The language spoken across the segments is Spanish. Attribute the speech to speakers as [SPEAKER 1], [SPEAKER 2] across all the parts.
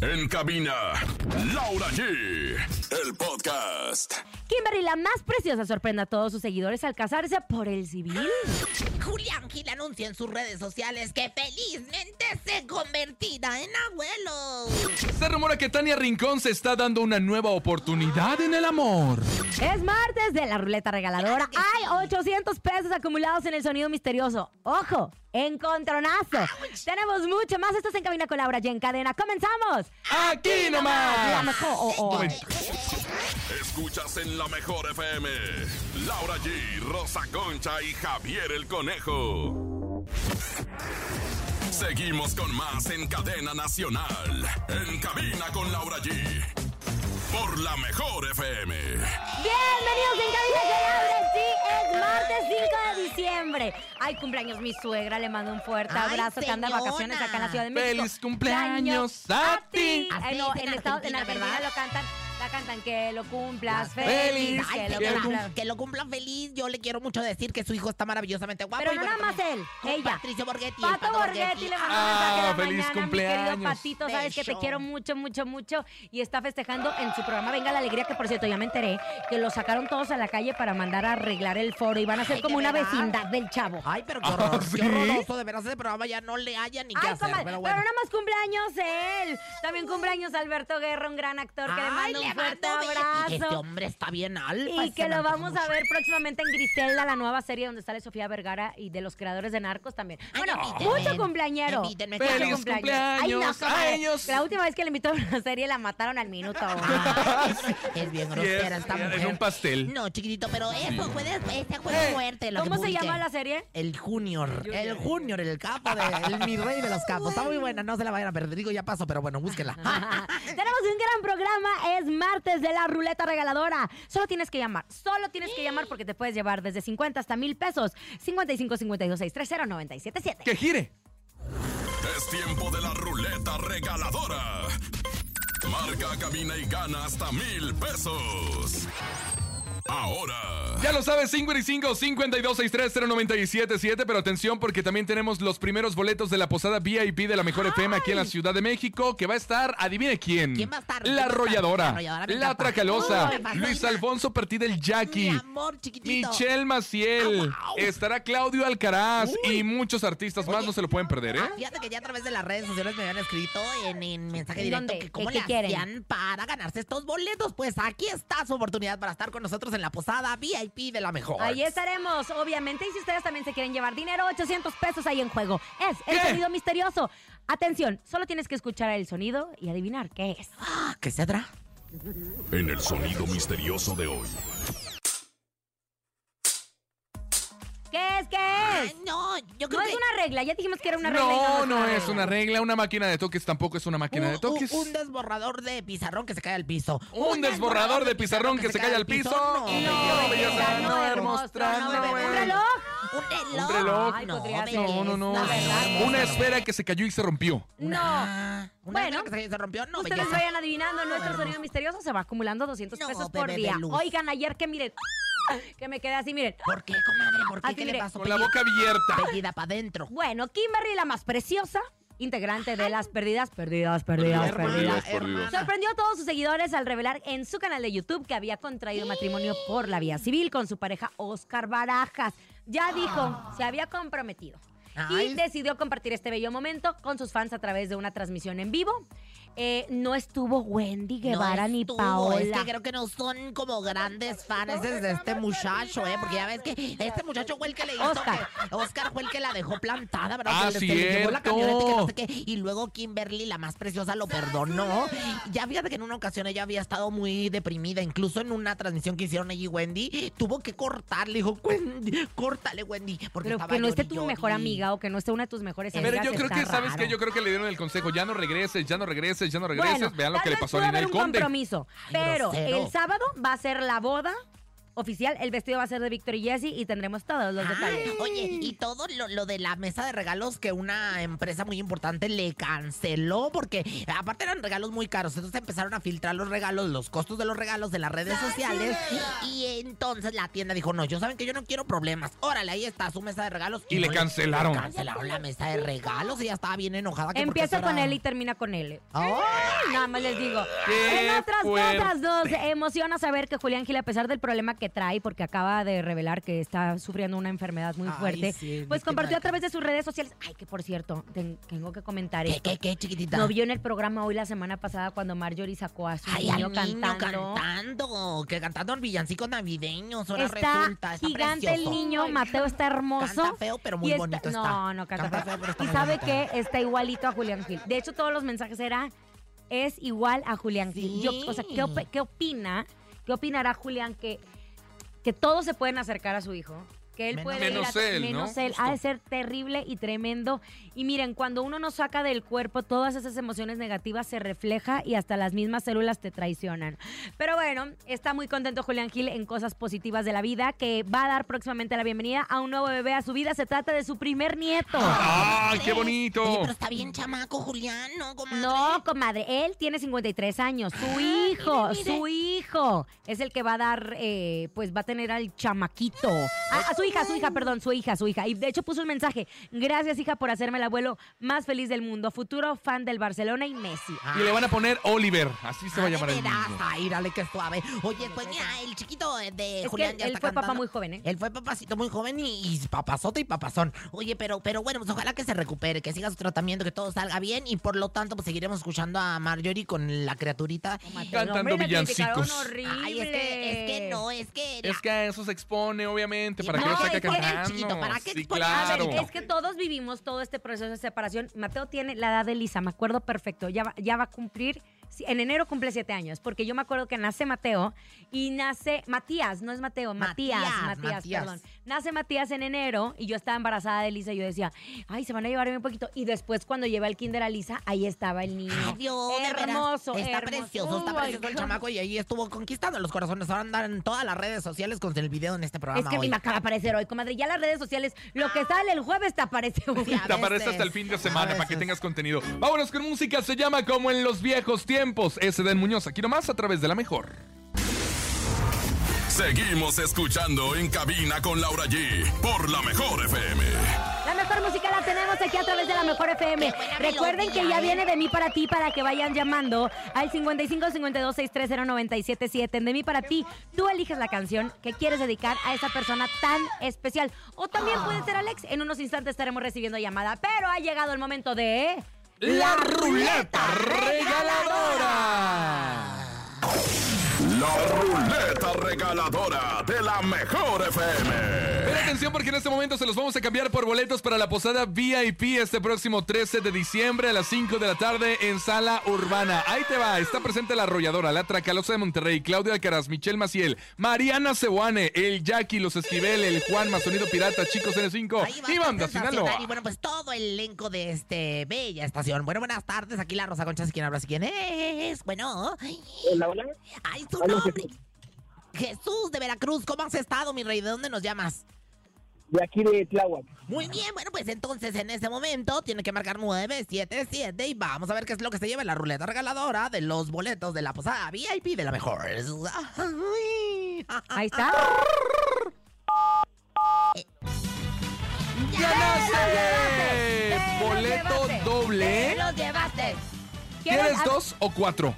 [SPEAKER 1] En cabina, Laura G. El podcast.
[SPEAKER 2] Kimberly, la más preciosa, sorprende a todos sus seguidores al casarse por el civil.
[SPEAKER 3] Julián Gil anuncia en sus redes sociales que felizmente se convertirá en abuelo.
[SPEAKER 4] Se rumora que Tania Rincón se está dando una nueva oportunidad en el amor.
[SPEAKER 2] Es martes de la ruleta regaladora.
[SPEAKER 3] Claro que sí.
[SPEAKER 2] Hay 800 pesos acumulados en el sonido misterioso. ¡Ojo! ¡Encontronazo!
[SPEAKER 3] Ah,
[SPEAKER 2] Tenemos mucho más. Esto es En Cabina con Laura y en cadena. ¡Comenzamos! La
[SPEAKER 4] ¡Aquí nomás!
[SPEAKER 2] mejor- oh, oh.
[SPEAKER 1] Escuchas en la mejor FM. Laura G, Rosa Concha y Javier el Conejo. Seguimos con más en cadena nacional. En cabina con Laura G. Por la mejor FM.
[SPEAKER 2] Bienvenidos en Cabina con Laura. Sí, es martes 5 de diciembre. Ay, cumpleaños mi suegra. Le mando un fuerte
[SPEAKER 3] Ay,
[SPEAKER 2] abrazo que anda de
[SPEAKER 3] señora.
[SPEAKER 2] vacaciones acá en la Ciudad de México.
[SPEAKER 4] ¡Feliz cumpleaños a ti!
[SPEAKER 2] Ay,
[SPEAKER 3] Así
[SPEAKER 2] no,
[SPEAKER 3] dicen
[SPEAKER 2] en, Estados- en
[SPEAKER 3] Argentina,
[SPEAKER 2] Argentina
[SPEAKER 3] ¿verdad?
[SPEAKER 2] lo cantan. La cantan que lo cumplas
[SPEAKER 4] Las
[SPEAKER 2] feliz,
[SPEAKER 4] feliz,
[SPEAKER 2] que lo
[SPEAKER 3] que,
[SPEAKER 4] lo
[SPEAKER 2] cumplas.
[SPEAKER 3] que lo cumpla feliz. Yo le quiero mucho decir que su hijo está maravillosamente guapo.
[SPEAKER 2] Pero
[SPEAKER 3] y
[SPEAKER 2] no
[SPEAKER 3] Ah, pues, bueno,
[SPEAKER 2] nada más
[SPEAKER 3] como-
[SPEAKER 2] él,
[SPEAKER 3] como
[SPEAKER 2] ella.
[SPEAKER 3] Patricio Borghetti. el
[SPEAKER 2] Pato
[SPEAKER 3] Pato
[SPEAKER 2] Borghetti le mandó
[SPEAKER 4] Ah,
[SPEAKER 2] mensaje a la
[SPEAKER 4] feliz
[SPEAKER 2] mañana, mi querido
[SPEAKER 4] cumpleaños.
[SPEAKER 2] Patito, sabes que te
[SPEAKER 3] Beso.
[SPEAKER 2] quiero mucho, mucho, mucho, y está festejando en su programa Venga la Alegría, que por cierto ya me enteré que lo sacaron todos a la calle para mandar a arreglar el foro y van a ser
[SPEAKER 3] Ay,
[SPEAKER 2] como
[SPEAKER 3] ¿de
[SPEAKER 2] una
[SPEAKER 3] verdad?
[SPEAKER 2] vecindad del chavo.
[SPEAKER 3] Ay, pero qué
[SPEAKER 4] Ah,
[SPEAKER 3] horror.
[SPEAKER 4] ¿sí?
[SPEAKER 3] Qué horroroso. De veras, ese programa ya no le haya ni qué
[SPEAKER 2] Ay,
[SPEAKER 3] hacer.
[SPEAKER 2] comadre, pero,
[SPEAKER 3] pero bueno.
[SPEAKER 2] nada más cumpleaños él. También cumpleaños Alberto Guerra, un gran actor que le
[SPEAKER 3] Ay,
[SPEAKER 2] manda
[SPEAKER 3] le
[SPEAKER 2] un fuerte
[SPEAKER 3] mando besos.
[SPEAKER 2] abrazo.
[SPEAKER 3] Y que Este hombre está bien alfa.
[SPEAKER 2] Y
[SPEAKER 3] se
[SPEAKER 2] que
[SPEAKER 3] me
[SPEAKER 2] lo
[SPEAKER 3] antoja
[SPEAKER 2] vamos a
[SPEAKER 3] mucho.
[SPEAKER 2] ver próximamente en Griselda, la nueva serie donde sale Sofía Vergara y de los creadores de Narcos también.
[SPEAKER 3] Ay,
[SPEAKER 2] Bueno,
[SPEAKER 3] invítenme.
[SPEAKER 2] mucho cumpleañero.
[SPEAKER 3] Invítenme,
[SPEAKER 2] Mucho
[SPEAKER 3] claro.
[SPEAKER 4] ¡Feliz cumpleaños
[SPEAKER 2] Ay, no, comadre.
[SPEAKER 4] a ellos!
[SPEAKER 2] La última vez que le invitaron a una serie la mataron al minuto.
[SPEAKER 3] Es bien
[SPEAKER 4] Sí,
[SPEAKER 3] grosera
[SPEAKER 4] es-
[SPEAKER 3] esta
[SPEAKER 4] es
[SPEAKER 3] mujer.
[SPEAKER 4] un pastel.
[SPEAKER 3] No, chiquitito, pero eso fue de- este fue
[SPEAKER 4] Eh,
[SPEAKER 3] fuerte. lo que
[SPEAKER 2] ¿Cómo se
[SPEAKER 3] publiqué.
[SPEAKER 2] llama la serie?
[SPEAKER 3] El Junior, el Junior, el capo, de, el mi rey de los capos. Está muy buena, no se la vayan a perder. Digo, ya paso, pero bueno, búsquela.
[SPEAKER 2] Tenemos un gran programa, es martes de la ruleta regaladora. Solo tienes que llamar, solo tienes que llamar porque te puedes llevar desde 50 hasta mil pesos. 55 52 630 977.
[SPEAKER 4] ¡Que gire!
[SPEAKER 1] Es tiempo de la ruleta regaladora. Marca, cabina y gana hasta mil pesos. Ahora.
[SPEAKER 4] Ya lo sabes, 55 52 63 0977 pero atención porque también tenemos los primeros boletos de la posada VIP de la Mejor FM aquí en la Ciudad de México, que va a estar, adivine quién.
[SPEAKER 3] ¿Quién va a estar? ¿Quién va
[SPEAKER 4] La
[SPEAKER 3] a estar? La
[SPEAKER 4] arrolladora,
[SPEAKER 3] arrolladora, me
[SPEAKER 4] la
[SPEAKER 3] encanta.
[SPEAKER 4] tracalosa,
[SPEAKER 3] Uy, me
[SPEAKER 4] Luis
[SPEAKER 3] fascina.
[SPEAKER 4] Alfonso Partida el
[SPEAKER 3] Mi
[SPEAKER 4] Jackie.
[SPEAKER 3] amor, chiquitito.
[SPEAKER 4] Michelle Maciel,
[SPEAKER 3] Ah, wow.
[SPEAKER 4] estará Claudio Alcaraz
[SPEAKER 3] Uy.
[SPEAKER 4] y muchos artistas más,
[SPEAKER 3] Oye.
[SPEAKER 4] no se lo pueden perder, ¿eh?
[SPEAKER 3] Ah, Fíjate que ya a través de las redes sociales me habían escrito en, en mensaje directo
[SPEAKER 2] ¿Dónde?
[SPEAKER 3] que cómo
[SPEAKER 2] ¿Qué-
[SPEAKER 3] le
[SPEAKER 2] qué quieren?
[SPEAKER 3] hacían para ganarse estos boletos. Pues aquí está su oportunidad para estar con nosotros en la posada VIP de la mejor.
[SPEAKER 2] Ahí estaremos, obviamente. Y si ustedes también se quieren llevar dinero, 800 pesos ahí en juego. Es el
[SPEAKER 4] ¿Qué?
[SPEAKER 2] sonido misterioso. Atención, solo tienes que escuchar el sonido y adivinar qué es.
[SPEAKER 3] Ah, ¿Qué se trae?
[SPEAKER 1] En el sonido misterioso de hoy.
[SPEAKER 2] ¿Qué es? ¿Qué es?
[SPEAKER 3] No, yo creo
[SPEAKER 2] No
[SPEAKER 3] que...
[SPEAKER 2] es una regla, ya dijimos que era una regla. y
[SPEAKER 4] No,
[SPEAKER 2] una
[SPEAKER 4] no es una
[SPEAKER 2] regla.
[SPEAKER 4] regla, una máquina de toques tampoco es una máquina de
[SPEAKER 3] Un, un-
[SPEAKER 4] toques.
[SPEAKER 3] un desborrador de pizarrón que se cae al piso.
[SPEAKER 4] Un desborrador de pizarrón que se cae al piso.
[SPEAKER 3] No,
[SPEAKER 4] Y
[SPEAKER 2] No,
[SPEAKER 4] yo, belleza,
[SPEAKER 2] belleza, no, hermoso, no,
[SPEAKER 4] hermosa,
[SPEAKER 2] bebé.
[SPEAKER 4] no,
[SPEAKER 2] ¿Un
[SPEAKER 4] bebé.
[SPEAKER 2] reloj?
[SPEAKER 3] Un reloj.
[SPEAKER 4] Un reloj.
[SPEAKER 2] Ay,
[SPEAKER 3] no,
[SPEAKER 2] podría ser.
[SPEAKER 3] belleza,
[SPEAKER 4] No, no, no.
[SPEAKER 3] la verdad.
[SPEAKER 4] Una esfera que se cayó y se rompió.
[SPEAKER 2] No.
[SPEAKER 3] Una
[SPEAKER 2] Bueno,
[SPEAKER 3] esfera que se cayó y se rompió. No,
[SPEAKER 2] Ustedes
[SPEAKER 3] belleza.
[SPEAKER 2] vayan adivinando, nuestro
[SPEAKER 3] hermoso.
[SPEAKER 2] sonido misterioso se va acumulando 200
[SPEAKER 3] No,
[SPEAKER 2] pesos por
[SPEAKER 3] bebé
[SPEAKER 2] día.
[SPEAKER 3] Belus.
[SPEAKER 2] Oigan, ayer que miren, que me quedé así, miren.
[SPEAKER 3] ¿Por qué, comadre? ¿Por qué?
[SPEAKER 2] Así,
[SPEAKER 3] ¿Qué le
[SPEAKER 2] mire.
[SPEAKER 3] pasó?
[SPEAKER 4] Con la
[SPEAKER 3] Pelli-
[SPEAKER 4] boca abierta.
[SPEAKER 3] Pellida para adentro.
[SPEAKER 2] Bueno, Kimberly, la más preciosa, integrante de las perdidas, perdidas, perdidas, perdidas.
[SPEAKER 4] perdidas, perdidas.
[SPEAKER 2] Sorprendió a todos sus seguidores al revelar en su canal de YouTube que había contraído matrimonio por la vía civil con su pareja Oscar Barajas. Ya dijo, se había comprometido. Y
[SPEAKER 3] Ay.
[SPEAKER 2] decidió compartir este bello momento con sus fans a través de una transmisión en vivo. Eh, no estuvo Wendy Guevara
[SPEAKER 3] No
[SPEAKER 2] ni
[SPEAKER 3] estuvo,
[SPEAKER 2] Paola.
[SPEAKER 3] Es que creo que no son como grandes fans de este muchacho, ¿eh? Porque ya ves que este muchacho fue el que le hizo.
[SPEAKER 2] Oscar.
[SPEAKER 3] que- Oscar fue el que la dejó plantada, ¿verdad?
[SPEAKER 4] Ah,
[SPEAKER 3] que, le- que le llevó la
[SPEAKER 4] cierto.
[SPEAKER 3] camioneta y que no sé qué. Y luego Kimberly, la más preciosa, lo perdonó. Ya fíjate que en una ocasión ella había estado muy deprimida. Incluso en una transmisión que hicieron ella y Wendy, tuvo que cortarle. Dijo, Wendy, córtale, Wendy. Porque
[SPEAKER 2] Pero
[SPEAKER 3] estaba
[SPEAKER 2] que no
[SPEAKER 3] llori,
[SPEAKER 2] esté tu
[SPEAKER 3] llori.
[SPEAKER 2] mejor amiga o que no esté una de tus mejores amigas.
[SPEAKER 4] Pero yo creo
[SPEAKER 2] está
[SPEAKER 4] que, ¿sabes
[SPEAKER 2] raro.
[SPEAKER 4] qué? Yo creo que le dieron el consejo. Ya no regreses, ya no regreses, ya no regreses.
[SPEAKER 2] Bueno,
[SPEAKER 4] Vean lo
[SPEAKER 2] tal
[SPEAKER 4] que le
[SPEAKER 2] vez
[SPEAKER 4] pasó a
[SPEAKER 2] pudo haber
[SPEAKER 4] Ninel
[SPEAKER 2] un
[SPEAKER 4] Conde.
[SPEAKER 2] compromiso.
[SPEAKER 3] Ay,
[SPEAKER 2] pero
[SPEAKER 3] grosero.
[SPEAKER 2] el sábado va a ser la boda oficial. El vestido va a ser de Víctor y Jessy y tendremos todos los detalles.
[SPEAKER 3] Ay, oye, y todo lo, lo de la mesa de regalos que una empresa muy importante le canceló, porque aparte eran regalos muy caros, entonces empezaron a filtrar los regalos, los costos de los regalos de las redes sociales, y entonces la tienda dijo, no, yo saben que yo no quiero problemas, órale, ahí está su mesa de regalos.
[SPEAKER 4] Y le
[SPEAKER 3] no
[SPEAKER 4] cancelaron.
[SPEAKER 3] le cancelaron la mesa de regalos y ya estaba bien enojada. que porque
[SPEAKER 2] Empieza
[SPEAKER 3] eso
[SPEAKER 2] con
[SPEAKER 3] era-
[SPEAKER 2] L y termina con L.
[SPEAKER 3] ¡Ay!
[SPEAKER 2] Nada más les digo.
[SPEAKER 4] ¡Qué
[SPEAKER 2] En otras
[SPEAKER 4] fuerte!
[SPEAKER 2] notas, nos emociona saber que Julián Gil, a pesar del problema que trae, porque acaba de revelar que está sufriendo una enfermedad muy
[SPEAKER 3] Ay,
[SPEAKER 2] fuerte,
[SPEAKER 3] sí, es
[SPEAKER 2] pues
[SPEAKER 3] víctima
[SPEAKER 2] compartió
[SPEAKER 3] de
[SPEAKER 2] a través de sus redes sociales. Ay, que por cierto, ten- tengo que comentar
[SPEAKER 3] ¿Qué,
[SPEAKER 2] esto.
[SPEAKER 3] qué, qué, chiquitita?
[SPEAKER 2] No vio en el programa hoy la semana pasada cuando Marjorie sacó a su
[SPEAKER 3] Ay,
[SPEAKER 2] niño,
[SPEAKER 3] al niño
[SPEAKER 2] cantando.
[SPEAKER 3] cantando. que cantando villancicos navideños, ahora
[SPEAKER 2] Está
[SPEAKER 3] resulta, está
[SPEAKER 2] gigante el
[SPEAKER 3] precioso.
[SPEAKER 2] niño, Mateo está hermoso.
[SPEAKER 3] Canta feo, pero muy
[SPEAKER 2] Y está-
[SPEAKER 3] bonito está.
[SPEAKER 2] No, no canta, feo.
[SPEAKER 3] pero está
[SPEAKER 2] y
[SPEAKER 3] muy
[SPEAKER 2] sabe
[SPEAKER 3] bonito.
[SPEAKER 2] que está igualito a Julián Gil. De hecho, todos los mensajes era es igual a Julián Gil. Yo, o sea,
[SPEAKER 3] Sí.
[SPEAKER 2] ¿qué, op- qué opina? ¿Qué opinará Julián que, que todos se pueden acercar a su hijo? Que él
[SPEAKER 3] Menos
[SPEAKER 2] puede
[SPEAKER 3] él.
[SPEAKER 2] ir a-
[SPEAKER 4] Menos él, ¿no?
[SPEAKER 2] menos él. Ha de ser terrible y tremendo. Y miren, cuando uno no saca del cuerpo todas esas emociones negativas se refleja y hasta las mismas células te traicionan. Pero bueno, está muy contento Julián Gil en cosas positivas de la vida, que va a dar próximamente la bienvenida a un nuevo bebé a su vida. Se trata de su primer nieto.
[SPEAKER 4] ¡Ah,
[SPEAKER 3] Oye,
[SPEAKER 4] qué bonito!
[SPEAKER 3] pero está bien chamaco, Julián, ¿no, comadre?
[SPEAKER 2] No, comadre, él tiene 53 años.
[SPEAKER 3] Ah,
[SPEAKER 2] Su hijo, su hijo es el que va a dar, eh, pues va a tener al chamaquito. A, a su hija, a su hija, perdón, su hija, su hija. Y de hecho puso un mensaje. Gracias, hija, por hacerme el abuelo más feliz del mundo. Futuro fan del Barcelona y Messi.
[SPEAKER 3] Ah,
[SPEAKER 4] Y le van a poner Oliver, así se va a llamar el
[SPEAKER 3] verás,
[SPEAKER 4] niño.
[SPEAKER 3] Ah, ay, dale, que suave. Oye, pues mira, el chiquito de- de
[SPEAKER 2] Es que
[SPEAKER 3] Julián
[SPEAKER 2] él,
[SPEAKER 3] ya
[SPEAKER 2] él
[SPEAKER 3] está
[SPEAKER 2] fue papá
[SPEAKER 3] cantando.
[SPEAKER 2] muy joven, ¿eh?
[SPEAKER 3] Él fue papacito muy joven y, y papazote y papazón. Oye, pero, pero bueno, pues ojalá que se recupere, que siga su tratamiento, que todo salga bien y por lo tanto pues seguiremos escuchando a Marjorie con la criaturita.
[SPEAKER 4] Cantando
[SPEAKER 2] Hombre, la
[SPEAKER 4] villancicos.
[SPEAKER 2] criticaron horrible.
[SPEAKER 3] Ay, es que, es que no, es que... la-
[SPEAKER 4] Es que a eso se expone, obviamente, para
[SPEAKER 3] No,
[SPEAKER 4] que lo saque
[SPEAKER 2] es que el
[SPEAKER 4] cantando.
[SPEAKER 3] chiquito, ¿para qué
[SPEAKER 4] sí,
[SPEAKER 3] exponer? A ver,
[SPEAKER 4] claro.
[SPEAKER 2] Es que todos vivimos todo este proceso de separación. Mateo tiene la edad de Lisa, me acuerdo perfecto. Ya va, ya va a cumplir, sí, en enero cumple siete años, porque yo me acuerdo que nace Mateo y nace Matías, no es Mateo, Matías, Matías,
[SPEAKER 3] Matías, Matías.
[SPEAKER 2] perdón. Nace Matías en enero y yo estaba embarazada de Lisa y yo decía, ay, se van a llevar bien poquito. Y después cuando llevé al kinder a Lisa, ahí estaba el niño.
[SPEAKER 3] Ay, Dios, de veras.
[SPEAKER 2] hermoso,
[SPEAKER 3] Está
[SPEAKER 2] hermoso.
[SPEAKER 3] precioso, está
[SPEAKER 2] Ay,
[SPEAKER 3] precioso el
[SPEAKER 2] God.
[SPEAKER 3] chamaco y ahí estuvo conquistando los corazones. Ahora andan en todas las redes sociales con el video en este programa
[SPEAKER 2] Es que a mí
[SPEAKER 3] hoy.
[SPEAKER 2] me acaba de aparecer hoy, comadre. Ya las redes sociales, lo que sale el jueves te aparece hoy.
[SPEAKER 3] Sí, a
[SPEAKER 4] Te aparece
[SPEAKER 3] veces,
[SPEAKER 4] hasta el fin de
[SPEAKER 3] a
[SPEAKER 4] semana para que
[SPEAKER 3] veces.
[SPEAKER 4] tengas contenido. Vámonos con música, se llama Como en los viejos tiempos. Es Edén Muñoz, aquí nomás a través de la mejor.
[SPEAKER 1] Seguimos escuchando en cabina con Laura G por la mejor FM.
[SPEAKER 2] La mejor música la tenemos aquí a través de la mejor FM.
[SPEAKER 3] Qué buena
[SPEAKER 2] Recuerden
[SPEAKER 3] melodía,
[SPEAKER 2] que ya
[SPEAKER 3] ¿eh?
[SPEAKER 2] viene de mí para ti para que vayan llamando al 55 52 630 977. En De mí para ti, tú eliges la canción que quieres dedicar a esa persona tan especial. O también
[SPEAKER 3] Ah.
[SPEAKER 2] puede ser Alex. En unos instantes estaremos recibiendo llamada, pero ha llegado el momento de
[SPEAKER 4] La ruleta regaladora.
[SPEAKER 1] La ruleta regaladora de la mejor FM.
[SPEAKER 4] Pero atención porque en este momento se los vamos a cambiar por boletos para la posada VIP este próximo 13 de diciembre a las 5 de la tarde en Sala Urbana. Ahí te va, está presente la arrolladora, la Tracalosa de Monterrey, Claudia Alcaraz, Michelle Maciel, Mariana Sewane, el Jackie, los Esquivel, el Juan, Masonido Pirata, Chicos
[SPEAKER 3] Ahí
[SPEAKER 4] N5
[SPEAKER 3] va,
[SPEAKER 4] y
[SPEAKER 3] está
[SPEAKER 4] Banda
[SPEAKER 3] sensacional.
[SPEAKER 4] Sinaloa.
[SPEAKER 3] Y bueno, pues todo el elenco de este bella estación. Bueno, buenas tardes. Aquí la Rosa Concha, ¿sí ¿quién habla? ¿Sí ¿Quién es? Bueno,
[SPEAKER 5] Hola, hola.
[SPEAKER 3] ay, su
[SPEAKER 5] Hola,
[SPEAKER 3] nombre.
[SPEAKER 5] Jesús.
[SPEAKER 3] Jesús de Veracruz, ¿cómo has estado, mi rey? ¿De dónde nos llamas?
[SPEAKER 5] De aquí de Tláhuac.
[SPEAKER 3] Muy bien, bueno, pues entonces en este momento tiene que marcar 977 y vamos a ver qué es lo que se lleva en la ruleta regaladora de los boletos de la posada VIP de la mejor. Ay,
[SPEAKER 2] Ahí está.
[SPEAKER 3] ah.
[SPEAKER 4] ¡Ganaste!
[SPEAKER 2] Te los
[SPEAKER 4] Boleto
[SPEAKER 2] llevaste,
[SPEAKER 4] doble.
[SPEAKER 2] te los llevaste.
[SPEAKER 4] ¿Quieres
[SPEAKER 2] a-
[SPEAKER 4] dos o cuatro?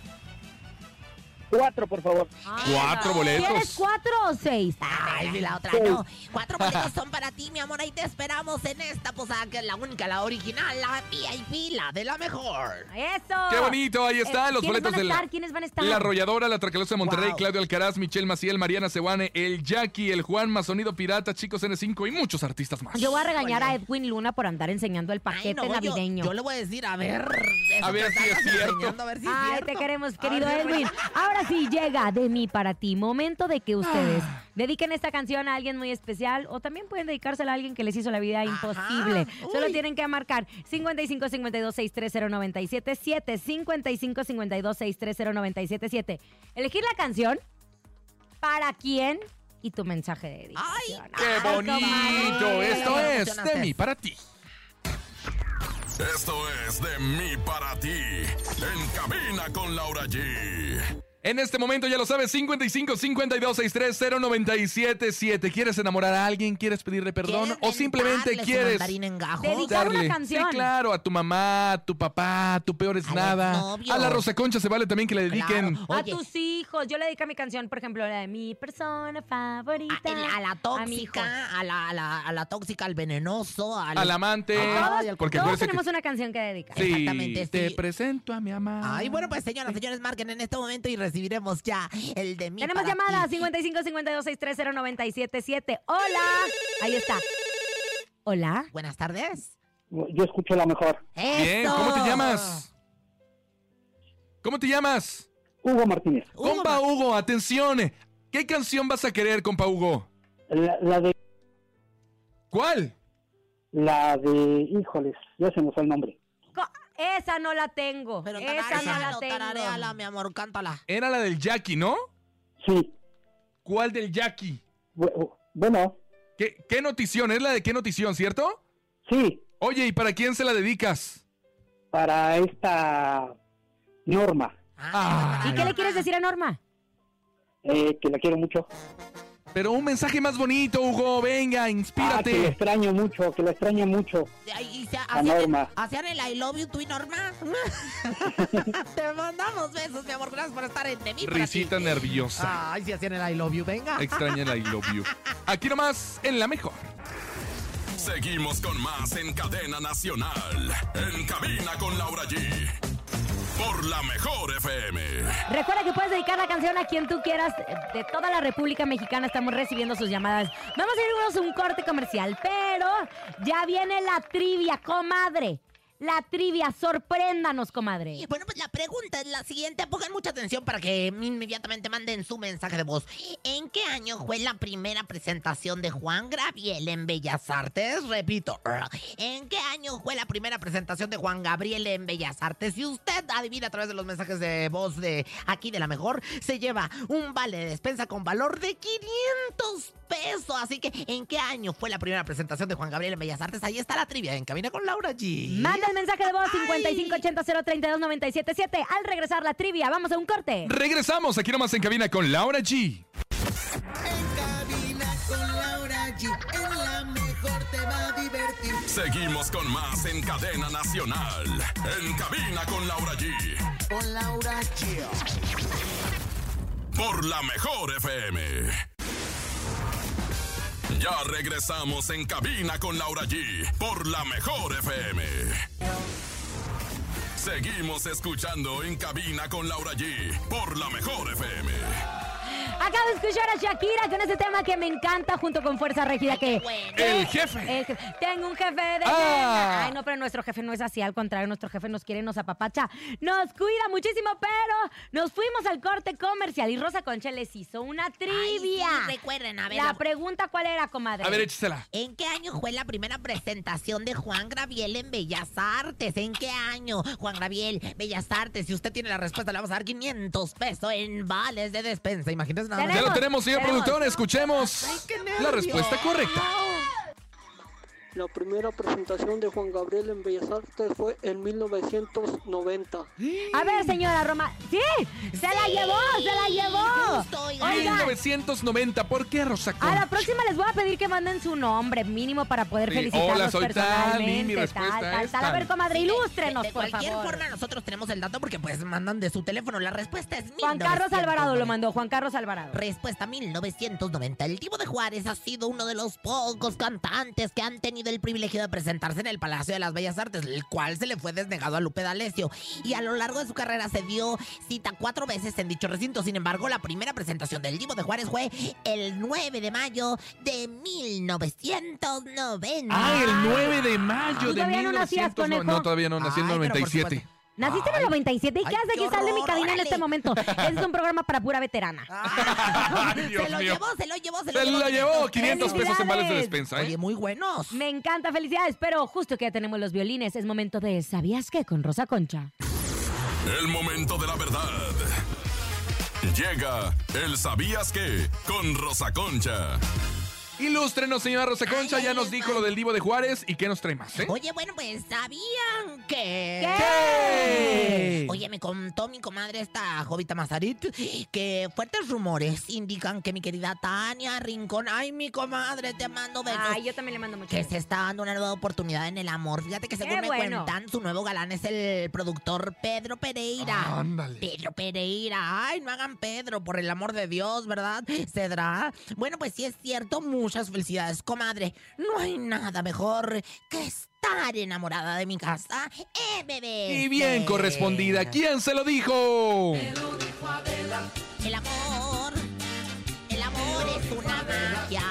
[SPEAKER 5] Cuatro, por favor.
[SPEAKER 2] Ah,
[SPEAKER 4] Cuatro boletos.
[SPEAKER 2] ¿Quieres cuatro o seis?
[SPEAKER 3] Ay, y la otra
[SPEAKER 4] Pues
[SPEAKER 3] no. Cuatro boletos son para ti, mi amor. Ahí te esperamos en esta posada que es la única, la original, la VIP, la de la mejor.
[SPEAKER 2] Eso.
[SPEAKER 4] ¡Qué bonito! Ahí está,
[SPEAKER 2] Eh,
[SPEAKER 4] los
[SPEAKER 2] ¿quiénes
[SPEAKER 4] boletos
[SPEAKER 2] van a
[SPEAKER 4] de la...
[SPEAKER 2] estar? ¿Quiénes van a estar?
[SPEAKER 4] La arrolladora, la tracalosa de Monterrey,
[SPEAKER 3] Wow.
[SPEAKER 4] Claudio Alcaraz, Michelle Maciel, Mariana Sewane, el Jackie, el Juan Masonido Pirata, Chicos N5 y muchos artistas más.
[SPEAKER 2] Yo voy a regañar a
[SPEAKER 3] Híjole.
[SPEAKER 2] Edwin Luna por andar enseñando el paquete
[SPEAKER 3] Ay, no, yo-
[SPEAKER 2] navideño.
[SPEAKER 3] Yo, le voy a decir, a ver. eso que
[SPEAKER 4] A ver si
[SPEAKER 3] estás
[SPEAKER 4] es cierto.
[SPEAKER 3] enseñando, A ver si es
[SPEAKER 2] Ay,
[SPEAKER 3] cierto.
[SPEAKER 2] te queremos, querido
[SPEAKER 3] A ver,
[SPEAKER 2] Edwin. Ahora sí llega de mí para ti. Momento de que ustedes
[SPEAKER 3] Ah.
[SPEAKER 2] dediquen esta canción a alguien muy especial o también pueden dedicársela a alguien que les hizo la vida
[SPEAKER 3] Ajá.
[SPEAKER 2] imposible. Solo
[SPEAKER 3] Uy.
[SPEAKER 2] tienen que marcar 55 52 630 977 55 52 630 977. Elegir la canción, para quién y tu mensaje de edición.
[SPEAKER 3] ¡Ay,
[SPEAKER 2] Ah,
[SPEAKER 4] ¡Qué bonito!
[SPEAKER 2] comadre!
[SPEAKER 4] Esto es de
[SPEAKER 3] Emocionaste.
[SPEAKER 4] mí para ti.
[SPEAKER 1] Esto es de mí para ti. En cabina con Laura G.
[SPEAKER 4] En este momento ya lo sabes, 55 52 63 0977. ¿Quieres enamorar a alguien? ¿Quieres pedirle perdón?
[SPEAKER 3] ¿Quieres
[SPEAKER 4] ¿O simplemente
[SPEAKER 3] mentarle su
[SPEAKER 4] quieres
[SPEAKER 3] mandarín en gajo?
[SPEAKER 2] Dedica- Dedicar una canción.
[SPEAKER 4] Sí, claro, a tu mamá, a tu papá, a tu peor es
[SPEAKER 3] A los
[SPEAKER 4] nada.
[SPEAKER 3] novios.
[SPEAKER 4] A la Rosa Concha se vale también que le dediquen.
[SPEAKER 3] Claro.
[SPEAKER 2] A
[SPEAKER 3] Oye.
[SPEAKER 2] tus hijos. Yo le dedico a mi canción, por ejemplo, la de mi persona favorita.
[SPEAKER 3] A, el- a Ah, la
[SPEAKER 2] a mi hijo.
[SPEAKER 3] tóxica, a, la, a, la, a la tóxica, al venenoso, al,
[SPEAKER 4] Al amante.
[SPEAKER 3] Ah,
[SPEAKER 2] Todos,
[SPEAKER 4] porque
[SPEAKER 2] todos
[SPEAKER 4] acuérdese que-
[SPEAKER 2] tenemos una canción que dedicar.
[SPEAKER 4] Sí,
[SPEAKER 3] Exactamente,
[SPEAKER 4] te
[SPEAKER 3] sí.
[SPEAKER 4] presento a mi mamá.
[SPEAKER 3] Ay, bueno, pues señoras, señores, marquen en este momento y recibiremos ya el de mí.
[SPEAKER 2] Tenemos
[SPEAKER 3] para
[SPEAKER 2] llamada
[SPEAKER 3] ti.
[SPEAKER 2] 55 52 630 977. Hola. Ahí está. Hola.
[SPEAKER 3] Buenas tardes.
[SPEAKER 5] Yo escucho la mejor.
[SPEAKER 4] Bien, ¿cómo te
[SPEAKER 3] ¡Eso!
[SPEAKER 4] llamas? ¿Cómo te llamas?
[SPEAKER 5] Hugo Martínez.
[SPEAKER 3] Hugo
[SPEAKER 4] compa Hugo, atención. ¿Qué canción vas a querer, compa Hugo?
[SPEAKER 5] La, la de.
[SPEAKER 4] ¿Cuál?
[SPEAKER 5] La de. Híjoles, ya se me fue el nombre.
[SPEAKER 2] Co- Esa no la tengo.
[SPEAKER 3] Pero
[SPEAKER 2] Esa no la
[SPEAKER 3] tarareala, tarareala,
[SPEAKER 2] tengo.
[SPEAKER 3] mi amor, cántala.
[SPEAKER 4] Era la del Jackie, ¿no?
[SPEAKER 5] Sí.
[SPEAKER 4] ¿Cuál del Jackie?
[SPEAKER 5] bu- Bueno,
[SPEAKER 4] ¿Qué, qué notición? ¿Es la de qué notición, cierto?
[SPEAKER 5] sí.
[SPEAKER 4] Oye, ¿y para quién se la dedicas?
[SPEAKER 5] Para esta. Norma.
[SPEAKER 4] Ah.
[SPEAKER 2] ¿Y qué le quieres decir a Norma?
[SPEAKER 5] eh, que la quiero mucho.
[SPEAKER 4] Pero un mensaje más bonito, Hugo. Venga,
[SPEAKER 5] Ah, que la
[SPEAKER 4] inspírate.
[SPEAKER 5] extraño mucho, que la extraño mucho.
[SPEAKER 3] Ay, y se-
[SPEAKER 5] A
[SPEAKER 3] hacían,
[SPEAKER 5] Norma.
[SPEAKER 3] hacían el I love you, tú y Norma. te mandamos besos, mi amor. Gracias por estar en de mí. para ti.
[SPEAKER 4] Risita nerviosa.
[SPEAKER 3] Ay, si hacían el I love you, venga.
[SPEAKER 4] Extraña el I love you. Aquí nomás, en la mejor.
[SPEAKER 1] Seguimos con más en cadena nacional. En cabina con Laura G. Por la mejor FM.
[SPEAKER 2] Recuerda que puedes dedicar la canción a quien tú quieras. De toda la República Mexicana estamos recibiendo sus llamadas. Vamos a irnos a un corte comercial, pero ya viene la trivia, comadre. La trivia, sorpréndanos, comadre.
[SPEAKER 3] Y Bueno, pues la pregunta es la siguiente. Pongan mucha atención para que inmediatamente manden su mensaje de voz. ¿En qué año fue la primera presentación de Juan Gabriel en Bellas Artes? Repito, ¿en qué año fue la primera presentación de Juan Gabriel en Bellas Artes? Si usted adivina a través de los mensajes de voz de aquí de la mejor, se lleva un vale de despensa con valor de 500 pesos. Así que, ¿en qué año fue la primera presentación de Juan Gabriel en Bellas Artes? Ahí está la trivia en Cabina con Laura G.
[SPEAKER 2] Manda el mensaje de voz
[SPEAKER 3] Ay.
[SPEAKER 2] 5580032977. Al regresar la trivia, vamos a un corte.
[SPEAKER 4] Regresamos aquí nomás en cabina con Laura G.
[SPEAKER 6] En cabina con Laura G. En la mejor te va a divertir.
[SPEAKER 1] Seguimos con más en cadena nacional. En cabina con Laura G.
[SPEAKER 6] Con Laura G.
[SPEAKER 1] Por la mejor FM. Ya regresamos en cabina con Laura G. Por la mejor FM. Seguimos escuchando en cabina con Laura G. Por la mejor FM.
[SPEAKER 2] Acabo de escuchar a Shakira con ese tema que me encanta junto con Fuerza Regida que... Eh,
[SPEAKER 4] El jefe.
[SPEAKER 2] El jefe. Tengo un jefe de
[SPEAKER 4] Ah.
[SPEAKER 2] nena. Ay, no, pero nuestro jefe no es así. Al contrario, nuestro jefe nos quiere, nos apapacha, nos cuida muchísimo, pero nos fuimos al corte comercial y Rosa Concha les hizo una
[SPEAKER 3] Ay, sí,
[SPEAKER 2] trivia.
[SPEAKER 3] recuerden, a ver.
[SPEAKER 2] la
[SPEAKER 3] la-
[SPEAKER 2] pregunta, ¿cuál era, comadre?
[SPEAKER 4] A ver, échasela.
[SPEAKER 3] ¿En qué año fue la primera presentación de Juan Gabriel en Bellas Artes? ¿En qué año? Juan Gabriel, Bellas Artes. Si usted tiene la respuesta, le vamos a dar 500 pesos en vales de despensa. Imagínense nada más.
[SPEAKER 4] Ya lo tenemos, señor
[SPEAKER 2] Tenemos.
[SPEAKER 4] productor. Escuchemos la respuesta correcta.
[SPEAKER 7] La primera presentación de Juan Gabriel en Bellas Artes fue en 1990.
[SPEAKER 2] A ver, señora Roma. ¡Sí! ¡Se la llevó! ¡Se la llevó!
[SPEAKER 3] Justo, oigan.
[SPEAKER 2] Oigan,
[SPEAKER 4] 1990. ¿Por qué, Rosa
[SPEAKER 2] a la
[SPEAKER 4] Concha?
[SPEAKER 2] próxima les voy a pedir que manden su nombre mínimo para poder
[SPEAKER 4] Sí,
[SPEAKER 2] felicitarlos
[SPEAKER 4] hola, soy tal,
[SPEAKER 2] personalmente.
[SPEAKER 4] y mi respuesta
[SPEAKER 2] tal, tal,
[SPEAKER 4] es
[SPEAKER 2] tal. A
[SPEAKER 4] tal.
[SPEAKER 2] ver, comadre, ilústrenos,
[SPEAKER 3] de, de
[SPEAKER 2] por
[SPEAKER 3] cualquier
[SPEAKER 2] favor.
[SPEAKER 3] forma, nosotros tenemos el dato porque pues mandan de su teléfono. La respuesta es
[SPEAKER 2] Juan Carlos
[SPEAKER 3] 1990.
[SPEAKER 2] Alvarado lo mandó, Juan Carlos Alvarado.
[SPEAKER 3] Respuesta 1990. El Divo de Juárez ha sido uno de los pocos cantantes que han tenido el privilegio de presentarse en el Palacio de las Bellas Artes, el cual se le fue desnegado a Lupe D'Alessio. Y a lo largo de su carrera se dio cita cuatro veces en dicho recinto. Sin embargo, la primera presentación del Divo de Juárez fue el 9 de mayo de 1990.
[SPEAKER 4] Ah, el 9 de
[SPEAKER 2] ¿Tú
[SPEAKER 4] mayo de
[SPEAKER 2] todavía no
[SPEAKER 4] 1990.
[SPEAKER 2] nacías, conejo?
[SPEAKER 4] No, todavía no, nací en
[SPEAKER 3] Ay, pero por
[SPEAKER 4] 97.
[SPEAKER 3] supuesto.
[SPEAKER 2] Naciste en el 97 y
[SPEAKER 3] Ay,
[SPEAKER 2] qué haces
[SPEAKER 3] qué
[SPEAKER 2] aquí? Sal de mi
[SPEAKER 3] horror,
[SPEAKER 2] cabina en
[SPEAKER 3] órale.
[SPEAKER 2] este momento. Este es un programa para pura veterana.
[SPEAKER 3] Ah,
[SPEAKER 4] Ay, Dios
[SPEAKER 3] se lo
[SPEAKER 4] mío.
[SPEAKER 3] llevó, se lo llevó, se lo
[SPEAKER 4] Se
[SPEAKER 3] llevó.
[SPEAKER 4] la llevó 500 pesos en vales de
[SPEAKER 2] ¡Felicidades!
[SPEAKER 4] despensa, ¿eh?
[SPEAKER 3] Oye, muy buenos.
[SPEAKER 2] Me encanta, felicidades, pero justo que ya tenemos los violines, es momento de ¿Sabías qué? con Rosa Concha.
[SPEAKER 1] El momento de la verdad. Llega el ¿Sabías qué? con Rosa Concha.
[SPEAKER 4] Ilústrenos, señora Rosa Concha.
[SPEAKER 8] Ay,
[SPEAKER 4] ya
[SPEAKER 8] ahí
[SPEAKER 4] nos
[SPEAKER 8] les
[SPEAKER 4] dijo
[SPEAKER 8] va.
[SPEAKER 4] lo del Divo de Juárez. ¿Y qué nos trae más, eh?
[SPEAKER 8] Oye, bueno, pues sabían que.
[SPEAKER 4] ¿Qué?
[SPEAKER 8] Oye,
[SPEAKER 3] Oye, me contó mi comadre esta Jovita Mazarit que fuertes rumores indican que mi querida Tania Rincón, ay, mi comadre, te mando besos.
[SPEAKER 2] Ay, yo también le mando mucho.
[SPEAKER 3] que se está dando una nueva oportunidad en el amor. Fíjate que según
[SPEAKER 2] ¡Qué
[SPEAKER 3] me
[SPEAKER 2] bueno!
[SPEAKER 3] cuentan, su nuevo galán es el productor Pedro Pereira.
[SPEAKER 4] Ándale.
[SPEAKER 3] Pedro Pereira, ay, no hagan Pedro, por el amor de Dios, ¿verdad? Cedra. Bueno, pues sí es cierto, muchas felicidades, comadre. No hay nada mejor que estar enamorada de mi casa, eh, bebé.
[SPEAKER 4] Y bien correspondida. ¿Quién se lo dijo?
[SPEAKER 3] El amor, el amor es una magia.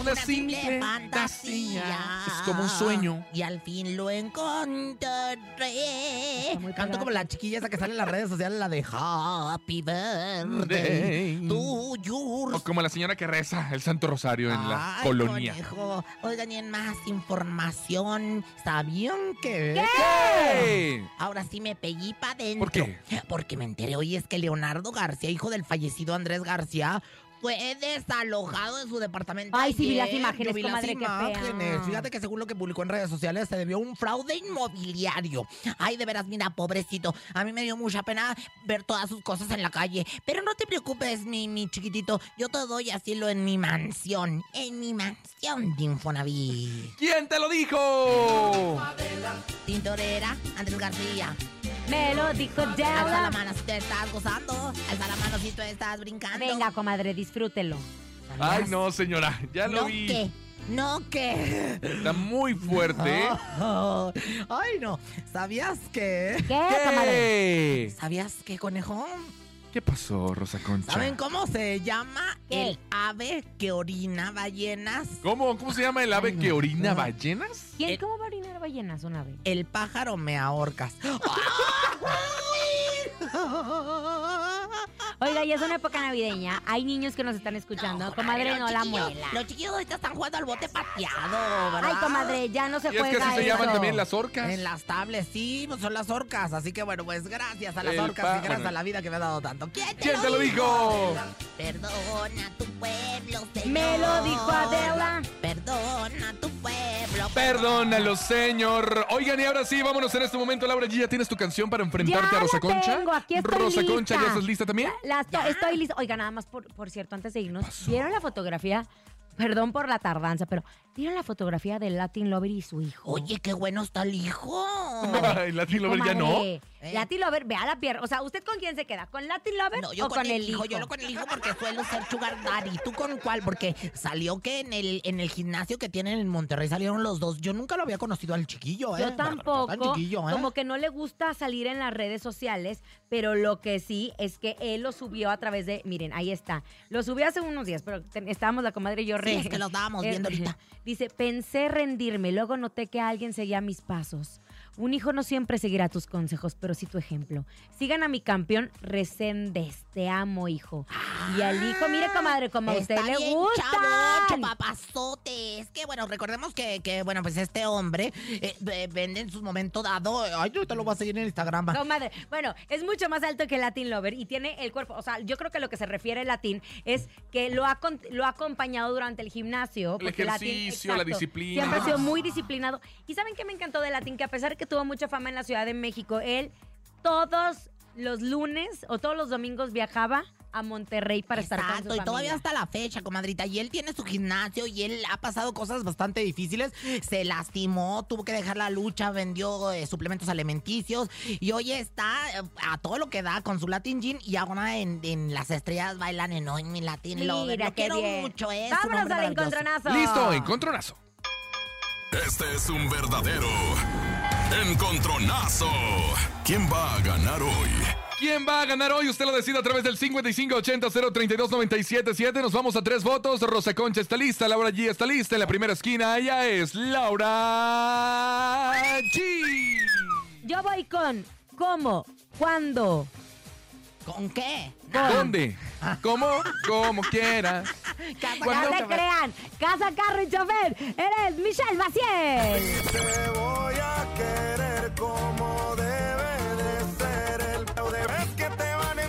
[SPEAKER 4] Una simple fantasía. Es como un sueño.
[SPEAKER 3] Y al fin lo encontré.
[SPEAKER 2] Está muy
[SPEAKER 3] Canto
[SPEAKER 2] pegado.
[SPEAKER 3] como la chiquilla esa que sale en las redes sociales, la de Happy Birthday.
[SPEAKER 4] Day.
[SPEAKER 3] To you.
[SPEAKER 4] O como la señora que reza el Santo Rosario en Oh, la
[SPEAKER 3] Ay,
[SPEAKER 4] colonia.
[SPEAKER 3] conejo. Oigan, y en más información, ¿sabían que?
[SPEAKER 4] ¡Ey!
[SPEAKER 3] Ahora sí me pellí pa' dentro.
[SPEAKER 4] ¿Por qué?
[SPEAKER 3] Porque me enteré hoy es que Leonardo García, hijo del fallecido Andrés García, fue desalojado de su departamento.
[SPEAKER 2] Ay, sí, vi las
[SPEAKER 3] ayer.
[SPEAKER 2] imágenes,
[SPEAKER 3] Yo vi las
[SPEAKER 2] comadre, qué fea.
[SPEAKER 3] imágenes. Fíjate que según lo que publicó en redes sociales, se debió a un fraude inmobiliario. Ay, de veras, mira, pobrecito. A mí me dio mucha pena ver todas sus cosas en la calle. Pero no te preocupes, mi, mi chiquitito. Yo te doy asilo en mi mansión. En mi mansión de Infonavit.
[SPEAKER 4] ¿Quién te lo dijo?
[SPEAKER 3] Tintorera, Andrés García.
[SPEAKER 2] Me lo dijo
[SPEAKER 3] Alza la
[SPEAKER 2] Della.
[SPEAKER 3] mano si te estás gozando. Alza la mano si tú estás brincando.
[SPEAKER 2] Venga, comadre, disfrútelo.
[SPEAKER 4] Ay, no, señora. Ya lo
[SPEAKER 3] No
[SPEAKER 4] vi.
[SPEAKER 3] que. No que.
[SPEAKER 4] Está muy fuerte.
[SPEAKER 3] Ah. Ay, no. ¿Sabías que?
[SPEAKER 2] ¿Qué, comadre?
[SPEAKER 4] ¿Qué?
[SPEAKER 3] ¿Sabías qué, conejo?
[SPEAKER 4] ¿Qué pasó, Rosa Concha?
[SPEAKER 3] ¿Saben cómo se llama
[SPEAKER 2] ¿Qué?
[SPEAKER 3] el ave que orina ballenas?
[SPEAKER 4] ¿Cómo? ¿Cómo se llama el ave que orina
[SPEAKER 3] no.
[SPEAKER 4] ballenas?
[SPEAKER 2] ¿Quién cómo va a orinar ballenas una vez?
[SPEAKER 3] El pájaro me ahorcas.
[SPEAKER 2] Oiga, ya es una época navideña. Hay niños que nos están escuchando. comadre, no la muela.
[SPEAKER 3] Los chiquillos ahorita están jugando al bote pateado, ¿verdad?
[SPEAKER 2] Ay, comadre, ya no se
[SPEAKER 4] Y es
[SPEAKER 2] juega
[SPEAKER 4] que así se
[SPEAKER 2] eso.
[SPEAKER 4] llaman también las orcas.
[SPEAKER 3] En las tablets, sí, pues son las orcas. Así que bueno, pues gracias a las
[SPEAKER 4] El
[SPEAKER 3] orcas
[SPEAKER 4] pa-
[SPEAKER 3] y gracias
[SPEAKER 4] bueno.
[SPEAKER 3] a la vida que me ha dado tanto. ¿Quién
[SPEAKER 4] ¿Quién te lo dijo?
[SPEAKER 8] perdona tu pueblo, señor.
[SPEAKER 2] Me lo dijo Adela.
[SPEAKER 8] Perdona tu pueblo.
[SPEAKER 4] Perdónalo, señor. Oigan, y ahora sí, vámonos en este momento. Laura G, ¿ya tienes tu canción para enfrentarte
[SPEAKER 2] Ya
[SPEAKER 4] a Rosa
[SPEAKER 2] la
[SPEAKER 4] Concha?
[SPEAKER 2] tengo, aquí estoy
[SPEAKER 4] Rosa
[SPEAKER 2] lista.
[SPEAKER 4] Concha, ¿ya estás lista también?
[SPEAKER 2] Las to- estoy lista. Oiga, nada más, por, por cierto, antes de irnos,
[SPEAKER 4] pasó?
[SPEAKER 2] ¿vieron la fotografía? Perdón por la tardanza, pero ¿vieron la fotografía de Latin Lover y su hijo?
[SPEAKER 3] Oye, qué bueno está el hijo.
[SPEAKER 4] Ay, Latin Lover ya no.
[SPEAKER 2] Comadre, Latin Lover, vea la pierna. O sea, ¿usted con quién se queda? ¿Con Latin Lover
[SPEAKER 3] No, yo
[SPEAKER 2] o con, el hijo?
[SPEAKER 3] Yo lo con el hijo porque suelo ser sugar daddy. ¿Tú con cuál? Porque salió que en el, en el gimnasio que tienen en Monterrey salieron los dos. Yo nunca lo había conocido al chiquillo, ¿eh?
[SPEAKER 2] Yo tampoco.
[SPEAKER 3] Tan chiquillo, ¿eh?
[SPEAKER 2] Como que no le gusta salir en las redes sociales, pero lo que sí es que él lo subió a través de. Miren, ahí está. Lo subió hace unos días, pero te- estábamos la comadre y yo re.
[SPEAKER 3] Sí, es que lo estábamos
[SPEAKER 2] Eh,
[SPEAKER 3] viendo ahorita.
[SPEAKER 2] Dice: Pensé rendirme, luego noté que alguien seguía mis pasos. Un hijo no siempre seguirá tus consejos, pero sí tu ejemplo. Sigan a mi campeón Reséndez. Te amo, hijo. Y al hijo, mire, comadre, como a usted
[SPEAKER 3] Está
[SPEAKER 2] le
[SPEAKER 3] bien
[SPEAKER 2] gusta.
[SPEAKER 3] chavocho, papazote. Es que, bueno, recordemos que, que, bueno, pues este hombre eh, ve- vende en su momento dado. eh, Ay, yo te lo voy a seguir en Instagram.
[SPEAKER 2] No, madre. Bueno, es mucho más alto que Latin Lover y tiene el cuerpo. O sea, yo creo que lo que se refiere a Latin es que lo ha, con- lo ha acompañado durante el gimnasio.
[SPEAKER 4] El
[SPEAKER 2] porque Latin-
[SPEAKER 4] ejercicio, la disciplina.
[SPEAKER 2] Siempre ha sido muy disciplinado. ¿Y saben qué me encantó de Latin? Que a pesar que tuvo mucha fama en la Ciudad de México, él todos los lunes o todos los domingos viajaba a Monterrey para estar con
[SPEAKER 3] Exacto,
[SPEAKER 2] su
[SPEAKER 3] y todavía
[SPEAKER 2] familia.
[SPEAKER 3] hasta la fecha, comadrita. Y él tiene su gimnasio y él ha pasado cosas bastante difíciles. Se lastimó, tuvo que dejar la lucha, vendió eh, suplementos alimenticios y hoy está eh, a todo lo que da con su Latin Gym y ahora en, en las estrellas bailan en hoy mi Latin Lover.
[SPEAKER 2] Mira,
[SPEAKER 3] Lo
[SPEAKER 2] qué
[SPEAKER 3] quiero
[SPEAKER 2] bien.
[SPEAKER 3] mucho, es un
[SPEAKER 2] Vámonos
[SPEAKER 3] hombre
[SPEAKER 2] al
[SPEAKER 3] maravilloso.
[SPEAKER 2] encontronazo.
[SPEAKER 4] Listo, encontronazo.
[SPEAKER 1] Este es un verdadero encontronazo. ¿Quién va a ganar hoy?
[SPEAKER 4] ¿Quién va a ganar hoy? Usted lo decide a través del 5580-032-977. Nos vamos a tres votos. Rosa Concha está lista, Laura G está lista. En la primera esquina ella es Laura G.
[SPEAKER 2] Yo voy con cómo, cuándo,
[SPEAKER 3] ¿Con qué?
[SPEAKER 4] ¿Dónde? ¿Cómo? Como quieras.
[SPEAKER 2] No
[SPEAKER 4] Cuando-
[SPEAKER 2] te crean. Casa, carro y chofer. Eres Michelle Maciel.
[SPEAKER 9] Te voy a querer como debe de ser el fraude. Ves que te van a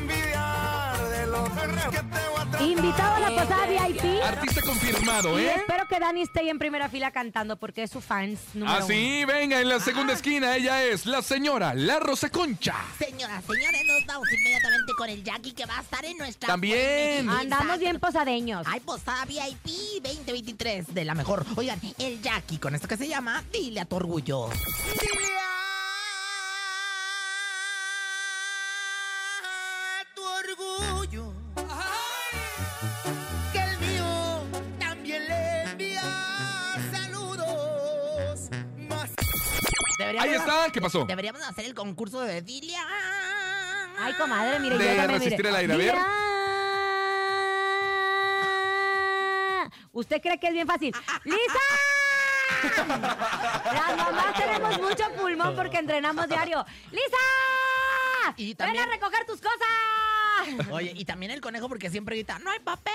[SPEAKER 2] Invitado a la posada VIP.
[SPEAKER 4] Artista confirmado,
[SPEAKER 2] Y
[SPEAKER 4] ¿eh?
[SPEAKER 2] espero que Dani esté ahí en primera fila cantando porque es su fans número
[SPEAKER 4] Así, venga, en la segunda esquina ella es la señora, la Rosa Concha.
[SPEAKER 8] Señoras, señores, nos vamos inmediatamente con el Jackie que va a estar en nuestra. pues,
[SPEAKER 4] También.
[SPEAKER 2] uno. Andamos bien posadeños.
[SPEAKER 8] Hay posada VIP 2023 de la
[SPEAKER 3] Mejor, oigan, el Jackie con esto que se llama Dile a tu orgullo.
[SPEAKER 6] a tu orgullo que el mío también le envía saludos más
[SPEAKER 3] Deberíamos
[SPEAKER 4] Ahí está, ¿qué pasó?
[SPEAKER 3] Deberíamos hacer el concurso de Dile a...
[SPEAKER 2] Ay, comadre, mire,
[SPEAKER 4] De
[SPEAKER 2] yo también
[SPEAKER 4] resistir
[SPEAKER 2] mire.
[SPEAKER 4] el aire, a ver.
[SPEAKER 2] Mira. ¿Usted cree que es bien fácil? ¡Lisa! Las mamás tenemos mucho pulmón porque entrenamos diario. ¡Lisa!
[SPEAKER 3] Y
[SPEAKER 2] ¡Ven
[SPEAKER 3] también-
[SPEAKER 2] a recoger tus cosas!
[SPEAKER 3] Oye, y también el conejo porque siempre grita, no hay papel.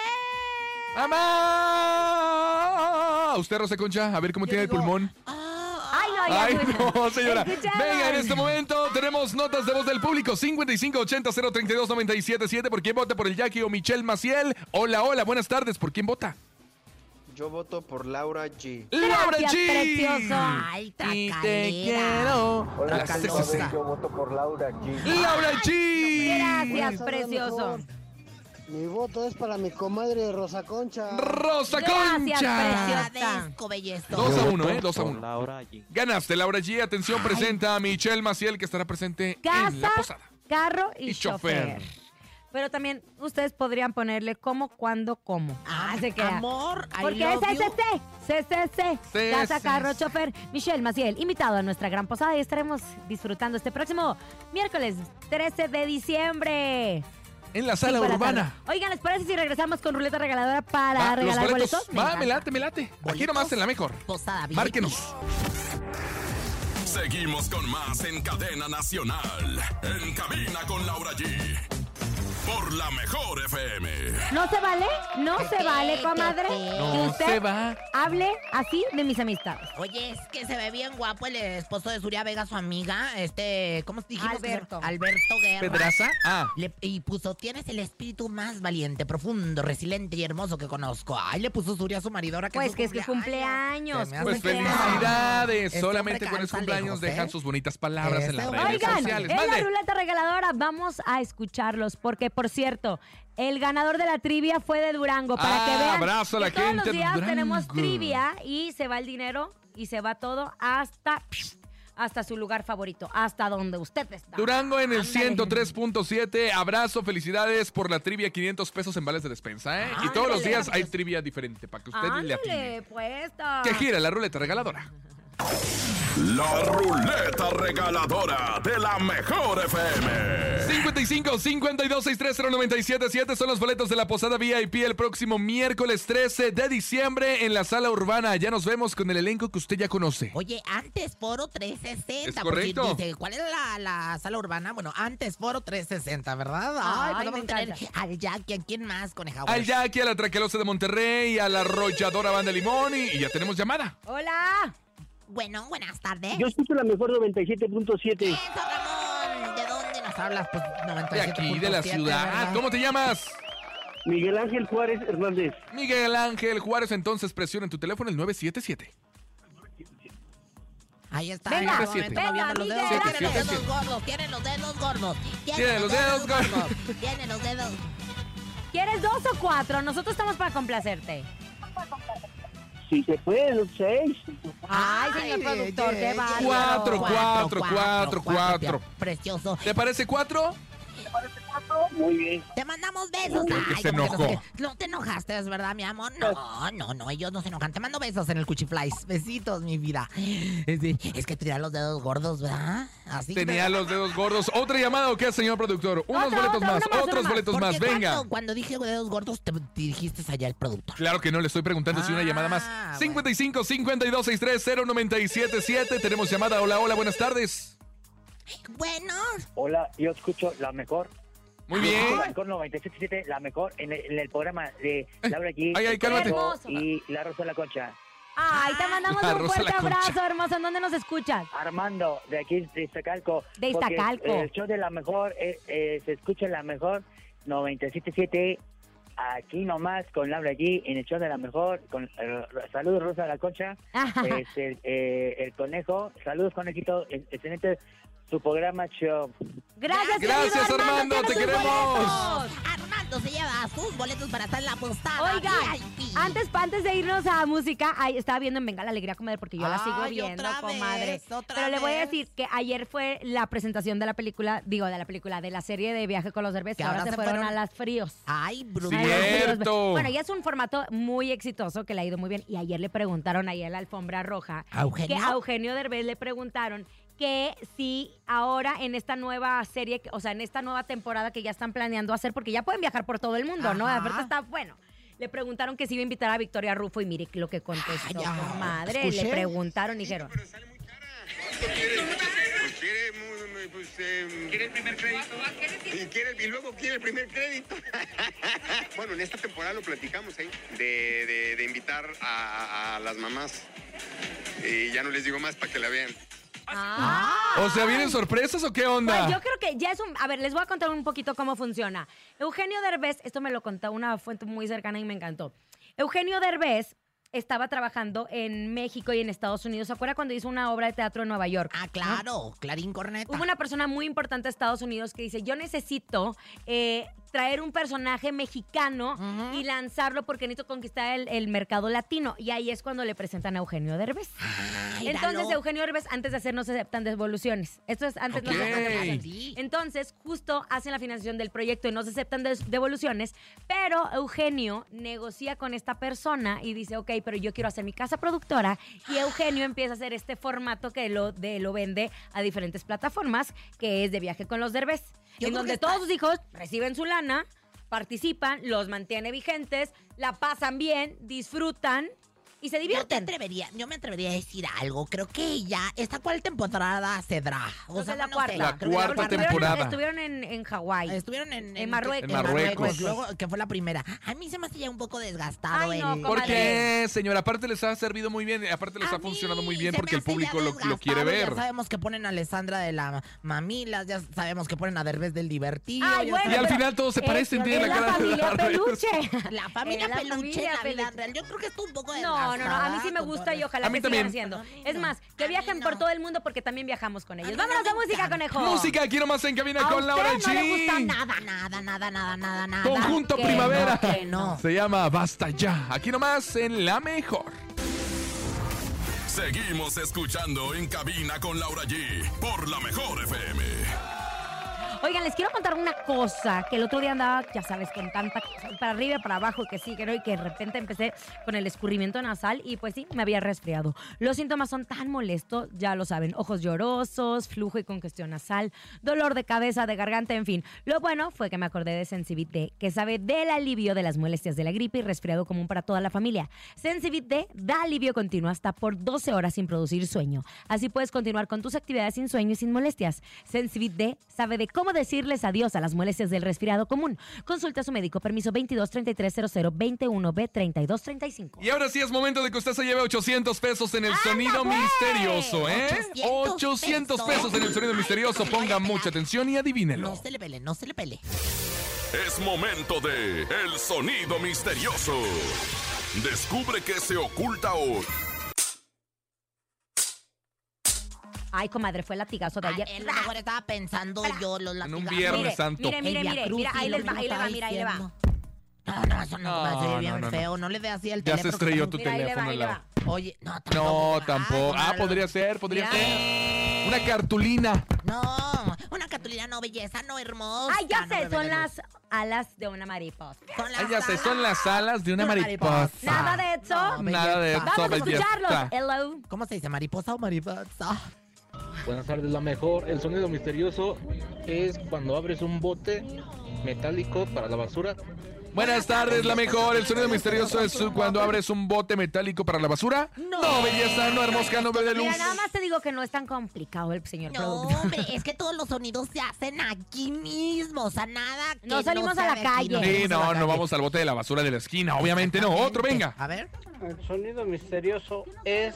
[SPEAKER 4] ¡Mamá! ¿Usted, Rosa Concha? A ver cómo
[SPEAKER 3] Yo
[SPEAKER 4] tiene
[SPEAKER 3] digo,
[SPEAKER 4] el pulmón.
[SPEAKER 2] ¡Ay, no, ya
[SPEAKER 4] Ay,
[SPEAKER 2] escucha.
[SPEAKER 4] no, señora.
[SPEAKER 2] Escucha.
[SPEAKER 4] Venga, en este momento tenemos notas de voz del público. 5580-032-977. ¿Por quién vota? ¿Por el Jackie o Michelle Maciel? Hola, hola, buenas tardes. ¿Por quién vota?
[SPEAKER 9] Yo voto por Laura G.
[SPEAKER 4] ¡Laura
[SPEAKER 2] Gracias,
[SPEAKER 4] G!
[SPEAKER 2] precioso.
[SPEAKER 8] Ay,
[SPEAKER 4] Y
[SPEAKER 8] tracalera.
[SPEAKER 4] te quiero. La
[SPEAKER 3] tracalosa.
[SPEAKER 4] sexy.
[SPEAKER 9] Yo voto por Laura G.
[SPEAKER 4] ¡Laura G!
[SPEAKER 2] Gracias, precioso.
[SPEAKER 5] Mi voto es para mi comadre Rosa Concha.
[SPEAKER 4] ¡Rosa
[SPEAKER 2] Gracias,
[SPEAKER 4] Concha!
[SPEAKER 2] precioso.
[SPEAKER 3] Ah,
[SPEAKER 8] Agradezco, belleza.
[SPEAKER 4] Dos a uno, ¿eh? Dos a uno.
[SPEAKER 9] Laura G.
[SPEAKER 4] Ganaste, Laura G. Atención, presenta a Michelle Maciel, que estará presente en la
[SPEAKER 2] Casa,
[SPEAKER 4] posada.
[SPEAKER 2] carro y,
[SPEAKER 4] Y chofer.
[SPEAKER 2] chofer. Pero también ustedes podrían ponerle cómo, cuándo, cómo. Ah, se queda.
[SPEAKER 3] Amor, I
[SPEAKER 2] Porque es este-
[SPEAKER 3] love you.
[SPEAKER 2] CCC, CCC,
[SPEAKER 4] Sí,
[SPEAKER 2] Casa
[SPEAKER 4] sí,
[SPEAKER 2] Carro
[SPEAKER 4] sí.
[SPEAKER 2] Chofer, Michelle Maciel, invitado a nuestra gran posada y estaremos disfrutando este próximo miércoles 13 de diciembre.
[SPEAKER 4] En la sala
[SPEAKER 2] Cinco de la
[SPEAKER 4] urbana.
[SPEAKER 2] tarde. Oigan, ¿les parece si regresamos con ruleta regaladora para
[SPEAKER 4] Va, los
[SPEAKER 2] regalar
[SPEAKER 4] boletos.
[SPEAKER 2] boletos?
[SPEAKER 4] Va,
[SPEAKER 2] encanta.
[SPEAKER 4] me late, me late. Aquí
[SPEAKER 3] ¿Boletos?
[SPEAKER 4] nomás en la mejor.
[SPEAKER 3] Posada VIP.
[SPEAKER 4] Márquenos.
[SPEAKER 1] Seguimos con más en Cadena Nacional. En cabina con Laura G. Por la mejor FM.
[SPEAKER 2] ¿No se vale? ¿No se
[SPEAKER 8] qué?
[SPEAKER 2] vale,
[SPEAKER 8] ¿Qué
[SPEAKER 2] comadre?
[SPEAKER 8] qué?
[SPEAKER 4] No
[SPEAKER 2] que usted
[SPEAKER 4] se va.
[SPEAKER 2] hable así de mis amistades.
[SPEAKER 3] Oye, es que se ve bien guapo el esposo de Zuria Vega, su amiga, este, ¿cómo dijimos? que se llama?
[SPEAKER 2] Alberto.
[SPEAKER 3] Alberto Guerra.
[SPEAKER 4] ¿Pedraza? Ah.
[SPEAKER 3] Le- y puso, tienes el espíritu más valiente, profundo, resiliente y hermoso que conozco. Ay, le puso Zuria a su marido ahora que
[SPEAKER 2] Pues
[SPEAKER 3] su
[SPEAKER 2] que es que cumpleaños,
[SPEAKER 3] Se me hace
[SPEAKER 4] Pues
[SPEAKER 3] que-
[SPEAKER 4] felicidades.
[SPEAKER 3] Este
[SPEAKER 4] Solamente
[SPEAKER 3] hombre
[SPEAKER 4] con los
[SPEAKER 3] calza
[SPEAKER 4] cumpleaños
[SPEAKER 3] lejos, ¿eh?
[SPEAKER 4] dejan sus bonitas palabras en
[SPEAKER 3] Este
[SPEAKER 4] las
[SPEAKER 3] hombre
[SPEAKER 4] redes
[SPEAKER 2] Oigan,
[SPEAKER 4] sociales.
[SPEAKER 2] en la
[SPEAKER 4] Mande.
[SPEAKER 2] ruleta regaladora vamos a escucharlos, porque por cierto, el ganador de la trivia fue de Durango. Para
[SPEAKER 4] Ah,
[SPEAKER 2] que vean
[SPEAKER 4] abrazo a la
[SPEAKER 2] que todos
[SPEAKER 4] gente
[SPEAKER 2] los
[SPEAKER 4] de
[SPEAKER 2] días tenemos
[SPEAKER 4] Durango.
[SPEAKER 2] trivia y se va el dinero y se va todo hasta, hasta su lugar favorito, hasta donde usted está.
[SPEAKER 4] Durango en el
[SPEAKER 2] Ándale.
[SPEAKER 4] 103.7. Abrazo, felicidades por la trivia. 500 pesos en vales de despensa, ¿eh? y todos los
[SPEAKER 2] Ándale.
[SPEAKER 4] días hay trivia diferente para que usted le
[SPEAKER 2] Ándale, pues,
[SPEAKER 4] atine.
[SPEAKER 2] puesta.
[SPEAKER 4] Que gira la ruleta regaladora.
[SPEAKER 1] La ruleta regaladora de la mejor FM.
[SPEAKER 4] 55 52 630 977 son los boletos de la posada VIP el próximo miércoles 13 de diciembre en la sala urbana. Ya nos vemos con el elenco que usted ya conoce.
[SPEAKER 3] Oye, antes Foro 360.
[SPEAKER 4] Es
[SPEAKER 3] porque
[SPEAKER 4] correcto.
[SPEAKER 3] dice, ¿cuál era la, la sala urbana? Bueno, antes Foro 360, ¿verdad?
[SPEAKER 2] Ay,
[SPEAKER 3] Ay, pues
[SPEAKER 2] me
[SPEAKER 3] vamos a tener
[SPEAKER 2] encanta.
[SPEAKER 3] al Jackie, ¿a quién más, coneja?
[SPEAKER 4] Al Jackie, a la Traquelosa de Monterrey, a la Arrolladora Banda Limón y, y ya tenemos llamada.
[SPEAKER 2] Hola.
[SPEAKER 8] Bueno, buenas tardes.
[SPEAKER 5] Yo escucho la mejor 97.7.
[SPEAKER 8] Eso, Ramón. ¿De dónde nos
[SPEAKER 3] Nos hablas, pues,
[SPEAKER 4] De
[SPEAKER 3] 97.
[SPEAKER 4] aquí, de la ciudad. Ah, ¿Cómo te llamas?
[SPEAKER 5] Miguel Ángel Juárez Hernández.
[SPEAKER 4] Miguel Ángel Juárez, entonces presiona en tu teléfono el 977.
[SPEAKER 3] Ahí está.
[SPEAKER 2] Venga,
[SPEAKER 3] en este momento,
[SPEAKER 2] venga,
[SPEAKER 3] moviendo los
[SPEAKER 2] Miguel.
[SPEAKER 3] dedos. Tiene los
[SPEAKER 4] Siete,
[SPEAKER 3] dedos gordos, tiene los dedos gordos.
[SPEAKER 4] Tiene los dedos gordos.
[SPEAKER 3] Tiene los dedos.
[SPEAKER 2] ¿Quieres dos o cuatro? Nosotros estamos para complacerte.
[SPEAKER 5] Si se puede, los seis.
[SPEAKER 2] Ay, señor
[SPEAKER 3] Ay,
[SPEAKER 2] productor,
[SPEAKER 3] ye,
[SPEAKER 2] qué
[SPEAKER 3] ye.
[SPEAKER 2] bárbaro.
[SPEAKER 4] Cuatro, cuatro, cuatro, cuatro.
[SPEAKER 3] Precioso.
[SPEAKER 4] ¿Te parece cuatro?
[SPEAKER 5] Muy bien.
[SPEAKER 3] Te mandamos besos.
[SPEAKER 4] Creo que
[SPEAKER 3] Ay,
[SPEAKER 4] se
[SPEAKER 3] como no, sé
[SPEAKER 4] enojó.
[SPEAKER 3] qué. No te enojaste, es verdad, mi amor. No, no, no, ellos no se enojan. Te mando besos en el cuchiflies. Besitos, mi vida. Es, de- es que tenía los dedos gordos, ¿verdad? Así que-
[SPEAKER 4] Tenía los dedos gordos. ¿Otra llamada o qué, señor productor? Unos
[SPEAKER 2] Otro,
[SPEAKER 4] boletos
[SPEAKER 2] otro,
[SPEAKER 4] más,
[SPEAKER 2] uno más, uno
[SPEAKER 4] otros
[SPEAKER 2] más.
[SPEAKER 4] boletos más.
[SPEAKER 3] Porque
[SPEAKER 4] Venga.
[SPEAKER 3] Cuando, cuando dije dedos gordos, te dirigiste allá al productor.
[SPEAKER 4] Claro que no, le estoy preguntando si una
[SPEAKER 3] Ah,
[SPEAKER 4] llamada
[SPEAKER 3] bueno.
[SPEAKER 4] más. 55 52 630 977. Tenemos llamada. Hola, hola, buenas tardes.
[SPEAKER 8] Bueno,
[SPEAKER 10] Hola, yo escucho la mejor.
[SPEAKER 4] Muy bien.
[SPEAKER 10] La mejor 977, la mejor en el, en el programa de Laura G.
[SPEAKER 4] Ay, ay, cálmate.
[SPEAKER 2] Hermoso.
[SPEAKER 10] Y la Rosa de la Concha.
[SPEAKER 2] Ay,
[SPEAKER 3] Ah.
[SPEAKER 2] te mandamos
[SPEAKER 4] La
[SPEAKER 2] un
[SPEAKER 4] Rosa
[SPEAKER 2] fuerte
[SPEAKER 4] la Concha.
[SPEAKER 2] abrazo, hermoso. ¿En dónde nos escuchas?
[SPEAKER 10] Armando, de aquí de Iztacalco.
[SPEAKER 2] De
[SPEAKER 10] Porque
[SPEAKER 2] Iztacalco.
[SPEAKER 10] eh, El show de la mejor eh, eh, se escucha en la mejor 977 aquí nomás con Laura G en el show de la mejor. Con, eh, saludos, Rosa la Concha. Este, eh, el conejo. Saludos, conejito. E- Excelente su programa show.
[SPEAKER 2] Gracias, querido
[SPEAKER 4] Gracias, Armando,
[SPEAKER 2] Armando
[SPEAKER 4] te
[SPEAKER 2] ¡Tienes tus
[SPEAKER 4] queremos.
[SPEAKER 2] boletos!
[SPEAKER 3] Armando se lleva sus boletos para estar en la postada.
[SPEAKER 2] Oigan,
[SPEAKER 3] VIP.
[SPEAKER 2] antes, pa- antes de irnos a música, ay, estaba viendo en Venga la Alegría Comadre porque yo la sigo
[SPEAKER 3] Ay,
[SPEAKER 2] viendo,
[SPEAKER 3] otra
[SPEAKER 2] comadre.
[SPEAKER 3] vez, otra
[SPEAKER 2] Pero le voy a
[SPEAKER 3] vez.
[SPEAKER 2] decir que ayer fue la presentación de la película, digo, de la película, de la serie de Viaje con los cervezas.
[SPEAKER 3] Que
[SPEAKER 2] Ahora, se, fueron, a las fríos.
[SPEAKER 3] Ay, Bruno.
[SPEAKER 2] Ay, los fríos.
[SPEAKER 4] Cierto.
[SPEAKER 2] Bueno, ya es un formato muy exitoso que le ha ido muy bien. Y ayer le preguntaron ahí en la alfombra roja
[SPEAKER 3] ¿A Eugenio?
[SPEAKER 2] que a Eugenio Derbez le preguntaron que si ahora en esta nueva serie, que- o sea, en esta nueva temporada que ya están planeando hacer, porque ya pueden viajar por todo el mundo, ¿no?
[SPEAKER 3] Ajá.
[SPEAKER 2] Aparte está bueno. Le preguntaron que si iba a invitar a Victoria Rufo y mire lo que contestó.
[SPEAKER 3] Ay, ya,
[SPEAKER 2] Madre,
[SPEAKER 3] escuché.
[SPEAKER 2] le preguntaron y dijeron.
[SPEAKER 11] Pues quiere, muy, muy, pues, eh, ¿Quiere el primer crédito? Y, quiere, y luego quiere el primer crédito. bueno, en esta temporada lo platicamos ahí, de, de- de invitar a, a- a las mamás. Y ya no les digo más para que la vean.
[SPEAKER 2] "Ah".
[SPEAKER 4] O sea, ¿vienen sorpresas o qué onda?
[SPEAKER 2] Pues yo creo que ya es un... A ver, les voy a contar un poquito cómo funciona. Eugenio Derbez, esto me lo contó una fuente muy cercana y me encantó. Eugenio Derbez estaba trabajando en México y en Estados Unidos. ¿Se acuerda cuando hizo una obra de teatro en Nueva York?
[SPEAKER 3] Ah, claro, Clarín Corneta.
[SPEAKER 2] Hubo una persona muy importante de Estados Unidos que dice, yo necesito eh, traer un personaje mexicano
[SPEAKER 3] Ujú.
[SPEAKER 2] y lanzarlo porque necesito conquistar el, el mercado latino. Y ahí es cuando le presentan a Eugenio Derbez.
[SPEAKER 3] Ay,
[SPEAKER 2] Entonces,
[SPEAKER 3] dalo.
[SPEAKER 2] Eugenio Derbez, antes de hacer, no se aceptan devoluciones. Esto es antes no se aceptan
[SPEAKER 4] Ok.
[SPEAKER 2] devoluciones.
[SPEAKER 3] Sí.
[SPEAKER 2] Entonces, justo hacen la financiación del proyecto y no se aceptan des- devoluciones, pero Eugenio negocia con esta persona y dice, ok, pero yo quiero hacer mi casa productora y Eugenio empieza a hacer este formato que lo, de, lo vende a diferentes plataformas, que es de viaje con los derbés,
[SPEAKER 3] Yo
[SPEAKER 2] en
[SPEAKER 3] creo
[SPEAKER 2] donde
[SPEAKER 3] que está-
[SPEAKER 2] todos sus hijos reciben su lana, participan, los mantiene vigentes, la pasan bien, disfrutan y se
[SPEAKER 3] Yo te
[SPEAKER 2] divierten.
[SPEAKER 3] atrevería, yo me atrevería a decir algo. Creo que ya, ¿esta cuál temporada cedrá? O
[SPEAKER 2] Entonces, la
[SPEAKER 3] no
[SPEAKER 2] cuarta.
[SPEAKER 3] sé,
[SPEAKER 4] La
[SPEAKER 3] creo que
[SPEAKER 4] cuarta
[SPEAKER 2] Porque
[SPEAKER 3] cuarta.
[SPEAKER 2] estuvieron-
[SPEAKER 4] temporada.
[SPEAKER 2] Estuvieron en, en Hawái.
[SPEAKER 3] Estuvieron en,
[SPEAKER 2] En Marruecos.
[SPEAKER 4] En Marruecos.
[SPEAKER 3] Luego, que fue la primera. A mí se me hace ya un poco desgastado.
[SPEAKER 2] Ay, no,
[SPEAKER 3] el-
[SPEAKER 2] comadre.
[SPEAKER 4] ¿Por qué, señora? Aparte les ha servido muy bien, aparte les
[SPEAKER 3] A
[SPEAKER 4] ha funcionado
[SPEAKER 3] mí
[SPEAKER 4] muy bien
[SPEAKER 3] se me
[SPEAKER 4] porque el
[SPEAKER 3] hace ya
[SPEAKER 4] público lo, lo quiere
[SPEAKER 3] desgastado,
[SPEAKER 4] ver.
[SPEAKER 3] Ya sabemos que ponen a Alessandra de la Mamilas, ya sabemos que ponen a Derbez del Divertido.
[SPEAKER 2] Ay,
[SPEAKER 3] ya
[SPEAKER 2] bueno,
[SPEAKER 4] Y al
[SPEAKER 2] pero
[SPEAKER 4] final todos se
[SPEAKER 2] es-
[SPEAKER 4] parecen,
[SPEAKER 2] es
[SPEAKER 4] tienen la
[SPEAKER 2] la
[SPEAKER 4] cara de
[SPEAKER 2] familia
[SPEAKER 4] la
[SPEAKER 2] peluche.
[SPEAKER 3] sabemos- La familia
[SPEAKER 2] Eh, la
[SPEAKER 3] peluche,
[SPEAKER 2] familia
[SPEAKER 3] la vida
[SPEAKER 2] peluche.
[SPEAKER 3] real. Yo creo que es un poco
[SPEAKER 2] No, no, no, a mí sí me
[SPEAKER 3] desgastada,
[SPEAKER 2] gusta y
[SPEAKER 3] con todo
[SPEAKER 2] ojalá
[SPEAKER 4] A mí
[SPEAKER 2] que sigan
[SPEAKER 4] también.
[SPEAKER 2] haciendo.
[SPEAKER 3] A mí
[SPEAKER 2] Es
[SPEAKER 3] no.
[SPEAKER 2] más,
[SPEAKER 3] A
[SPEAKER 2] que
[SPEAKER 3] mí
[SPEAKER 2] viajen
[SPEAKER 3] no.
[SPEAKER 2] por todo el mundo porque también viajamos con ellos.
[SPEAKER 3] mí
[SPEAKER 2] Vámonos
[SPEAKER 3] no
[SPEAKER 2] a
[SPEAKER 3] me
[SPEAKER 2] música,
[SPEAKER 3] encanta.
[SPEAKER 2] conejo.
[SPEAKER 4] Música aquí nomás en Cabina
[SPEAKER 2] A
[SPEAKER 4] con Laura
[SPEAKER 2] usted no le gusta
[SPEAKER 4] G.
[SPEAKER 2] nada.
[SPEAKER 3] Nada, nada, nada, nada, nada.
[SPEAKER 4] Conjunto
[SPEAKER 2] que
[SPEAKER 4] Primavera.
[SPEAKER 3] no, que no.
[SPEAKER 4] Se llama Basta Ya. Aquí nomás en La Mejor.
[SPEAKER 1] Seguimos escuchando en cabina con Laura G por la mejor FM.
[SPEAKER 2] Oigan, les quiero contar una cosa que el otro día andaba, ya sabes, con tanta cosa, para arriba, para abajo, que sí, que no, y que de repente empecé con el escurrimiento nasal y pues sí, me había resfriado. Los síntomas son tan molestos, ya lo saben, ojos llorosos, flujo y congestión nasal, dolor de cabeza, de garganta, en fin. Lo bueno fue que me acordé de Sensibit D, que sabe del alivio de las molestias de la gripe y resfriado común para toda la familia. Sensibit D da alivio continuo hasta por 12 horas sin producir sueño. Así puedes continuar con tus actividades sin sueño y sin molestias. Sensibit D sabe de cómo decirles adiós a las molestias del resfriado común. Consulta a su médico. Permiso 22 33 00 21 b 32 35.
[SPEAKER 4] Y ahora sí es momento de que usted se lleve 800 pesos en el sonido
[SPEAKER 2] güey!
[SPEAKER 4] misterioso, ¿eh?
[SPEAKER 3] 800
[SPEAKER 4] 800 pesos en el sonido
[SPEAKER 3] Ay,
[SPEAKER 4] misterioso.
[SPEAKER 3] no me lo
[SPEAKER 4] Ponga
[SPEAKER 3] voy a
[SPEAKER 4] mucha
[SPEAKER 3] pelar.
[SPEAKER 4] atención y adivínelo.
[SPEAKER 3] No se le pele, no se le pele.
[SPEAKER 1] Es momento de El sonido misterioso. Descubre qué se oculta hoy.
[SPEAKER 2] Ay, comadre, fue el latigazo de
[SPEAKER 3] Ay,
[SPEAKER 2] ayer.
[SPEAKER 3] a lo mejor estaba pensando yo los
[SPEAKER 4] En
[SPEAKER 3] latigazos.
[SPEAKER 4] un viernes
[SPEAKER 2] Mire,
[SPEAKER 4] santo.
[SPEAKER 2] mire, mire,
[SPEAKER 3] El
[SPEAKER 2] mire,
[SPEAKER 3] Viacrucis,
[SPEAKER 2] mira, ahí
[SPEAKER 3] lo
[SPEAKER 2] les va,
[SPEAKER 3] mismo
[SPEAKER 2] ahí le va,
[SPEAKER 3] estaba
[SPEAKER 2] mira, ahí le va.
[SPEAKER 3] diciendo. No, no, eso no,
[SPEAKER 4] No,
[SPEAKER 3] me soy bien
[SPEAKER 4] no, no, no.
[SPEAKER 3] feo. No le dé así al
[SPEAKER 4] Ya se
[SPEAKER 3] teléfono.
[SPEAKER 4] estrelló tu
[SPEAKER 2] Mira, ahí le va,
[SPEAKER 4] teléfono.
[SPEAKER 2] ahí le
[SPEAKER 4] Laura.
[SPEAKER 2] va.
[SPEAKER 3] Oye, no,
[SPEAKER 4] No,
[SPEAKER 3] Ay,
[SPEAKER 4] tampoco. Ah,
[SPEAKER 3] no,
[SPEAKER 4] podría ser, podría
[SPEAKER 2] Mira.
[SPEAKER 4] ser. Una cartulina.
[SPEAKER 3] No, una catulina no, belleza no, hermosa.
[SPEAKER 2] Ay, ya
[SPEAKER 3] no,
[SPEAKER 2] sé,
[SPEAKER 3] bebé
[SPEAKER 2] son
[SPEAKER 3] de luz.
[SPEAKER 2] las alas de una mariposa.
[SPEAKER 3] Son las
[SPEAKER 4] Ay, ya sé, son las alas de una
[SPEAKER 3] Una
[SPEAKER 4] mariposa.
[SPEAKER 3] mariposa.
[SPEAKER 2] Nada de eso.
[SPEAKER 3] No, belleza.
[SPEAKER 4] Nada de eso,
[SPEAKER 2] Vamos a
[SPEAKER 4] belleza.
[SPEAKER 2] escucharlos. Hello.
[SPEAKER 3] ¿Cómo se dice? ¿Mariposa o mariposa?
[SPEAKER 12] Buenas tardes, la mejor. El sonido misterioso es cuando abres un bote metálico para la basura.
[SPEAKER 4] Buenas tardes, la mejor. El sonido misterioso es cuando abres un bote metálico para la basura. No, belleza, no hermosa, no bebe luz.
[SPEAKER 2] Mira, nada más te digo que no es tan complicado el señor
[SPEAKER 3] No,
[SPEAKER 2] productor.
[SPEAKER 3] hombre, es que todos los sonidos se hacen aquí mismo. O sea, nada. que
[SPEAKER 2] No salimos
[SPEAKER 3] sea
[SPEAKER 2] a la
[SPEAKER 3] de aquí,
[SPEAKER 2] calle.
[SPEAKER 3] salimos
[SPEAKER 4] Sí,
[SPEAKER 3] a
[SPEAKER 4] no,
[SPEAKER 3] la
[SPEAKER 4] no
[SPEAKER 3] calle.
[SPEAKER 4] vamos al bote de la basura de la esquina. Obviamente no. Otro, venga.
[SPEAKER 3] A ver.
[SPEAKER 7] El sonido misterioso es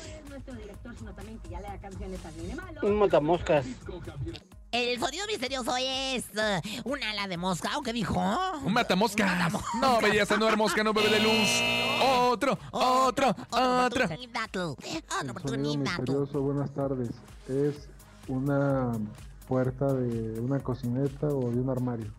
[SPEAKER 7] un matamoscas.
[SPEAKER 3] El sonido misterioso es eh, un ala de mosca, ¿o qué dijo?
[SPEAKER 4] Un matamoscas. No, belleza, no hermosca, no bebe de luz. Otro, otro, otro.
[SPEAKER 3] Oh,
[SPEAKER 13] El sonido misterioso, buenas tardes. Es una puerta de una cocineta o de un armario.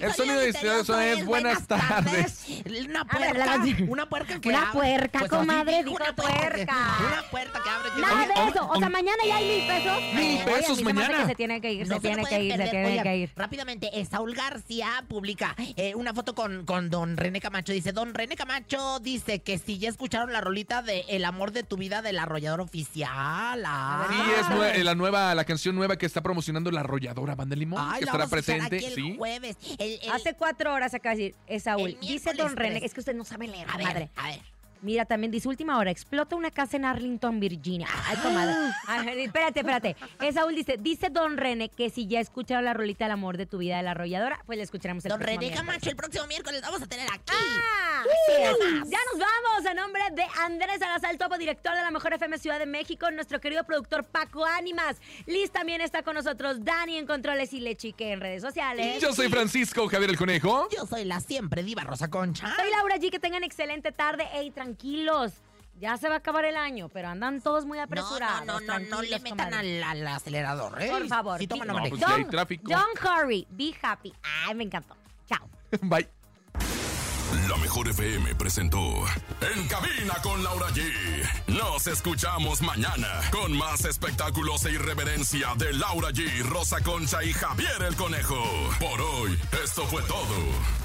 [SPEAKER 4] El sonido misterioso es buenas tardes.
[SPEAKER 3] Una
[SPEAKER 2] A ver, la
[SPEAKER 3] puerca,
[SPEAKER 2] canción.
[SPEAKER 3] una puerca que
[SPEAKER 2] Una
[SPEAKER 3] abre.
[SPEAKER 2] puerca,
[SPEAKER 3] Pues así
[SPEAKER 2] comadre,
[SPEAKER 3] dijo,
[SPEAKER 2] dijo
[SPEAKER 3] una puerca que-
[SPEAKER 2] puerca.
[SPEAKER 3] Una puerta que abre.
[SPEAKER 2] Nada de
[SPEAKER 4] Oye,
[SPEAKER 2] eso. O
[SPEAKER 4] oye,
[SPEAKER 2] sea, mañana ya hay mil pesos.
[SPEAKER 4] Mil
[SPEAKER 2] Oye,
[SPEAKER 4] pesos
[SPEAKER 2] a mí se me hace
[SPEAKER 4] mañana.
[SPEAKER 2] que Se tiene que ir,
[SPEAKER 3] No
[SPEAKER 2] se
[SPEAKER 3] lo
[SPEAKER 2] tiene
[SPEAKER 3] pueden
[SPEAKER 2] que ir, se
[SPEAKER 3] perder.
[SPEAKER 2] tiene
[SPEAKER 3] Oigan,
[SPEAKER 2] que ir.
[SPEAKER 3] Rápidamente, eh, Saúl García publica eh, una foto con, con don René Camacho. Dice, don René Camacho dice que si ya escucharon la rolita de El amor de tu vida del arrollador oficial. ah.
[SPEAKER 4] Sí, es nue- eh, la nueva, la canción nueva que está promocionando la arrolladora Banda Limón,
[SPEAKER 3] Ay,
[SPEAKER 4] que
[SPEAKER 3] la
[SPEAKER 4] estará
[SPEAKER 3] vamos a escuchar
[SPEAKER 4] presente,
[SPEAKER 3] aquí el
[SPEAKER 4] sí.
[SPEAKER 3] jueves. El- el-
[SPEAKER 2] Hace cuatro horas acá decir, es Saúl. Dice
[SPEAKER 3] miércoles
[SPEAKER 2] Don René,
[SPEAKER 3] tres.
[SPEAKER 2] es que usted no sabe leer,
[SPEAKER 3] a ver,
[SPEAKER 2] madre.
[SPEAKER 3] a ver.
[SPEAKER 2] Mira, también dice última hora, explota una casa en Arlington, Virginia. Ay, comadre. A ver, espérate, espérate. Es Saúl dice, dice Don René que si ya escucharon la rolita El amor de tu vida de la arrolladora, pues la escucharemos el
[SPEAKER 3] Don
[SPEAKER 2] próximo
[SPEAKER 3] René
[SPEAKER 2] miércoles. ¡Ah!
[SPEAKER 3] Camacho, el próximo miércoles vamos a tener aquí.
[SPEAKER 2] Así es. Ya nos vamos. A nombre de Andrés Salazar, topo director de la Mejor FM Ciudad de México, nuestro querido productor Paco Ánimas. Liz también está con nosotros, Dani en Controles y Lechique en redes sociales.
[SPEAKER 4] Yo soy Francisco Javier el Conejo.
[SPEAKER 3] Yo soy la siempre diva Rosa Concha.
[SPEAKER 2] Soy Laura G. Que tengan excelente tarde. Ey, tranquilos. Ya se va a acabar el año, pero andan todos muy apresurados.
[SPEAKER 3] no, no, no, no le
[SPEAKER 2] tranquilos,
[SPEAKER 3] metan
[SPEAKER 2] comadre.
[SPEAKER 3] al, al acelerador, ¿eh?
[SPEAKER 2] Por favor.
[SPEAKER 3] Si toman, no
[SPEAKER 4] No,
[SPEAKER 3] manejen.
[SPEAKER 4] pues ya hay tráfico.
[SPEAKER 2] Don't hurry, be happy. Ay, me encantó. Chao.
[SPEAKER 4] Bye.
[SPEAKER 1] La mejor FM presentó En cabina con Laura G. Nos escuchamos mañana con más espectáculos e irreverencia de Laura G, Rosa Concha y Javier el Conejo. Por hoy, esto fue todo.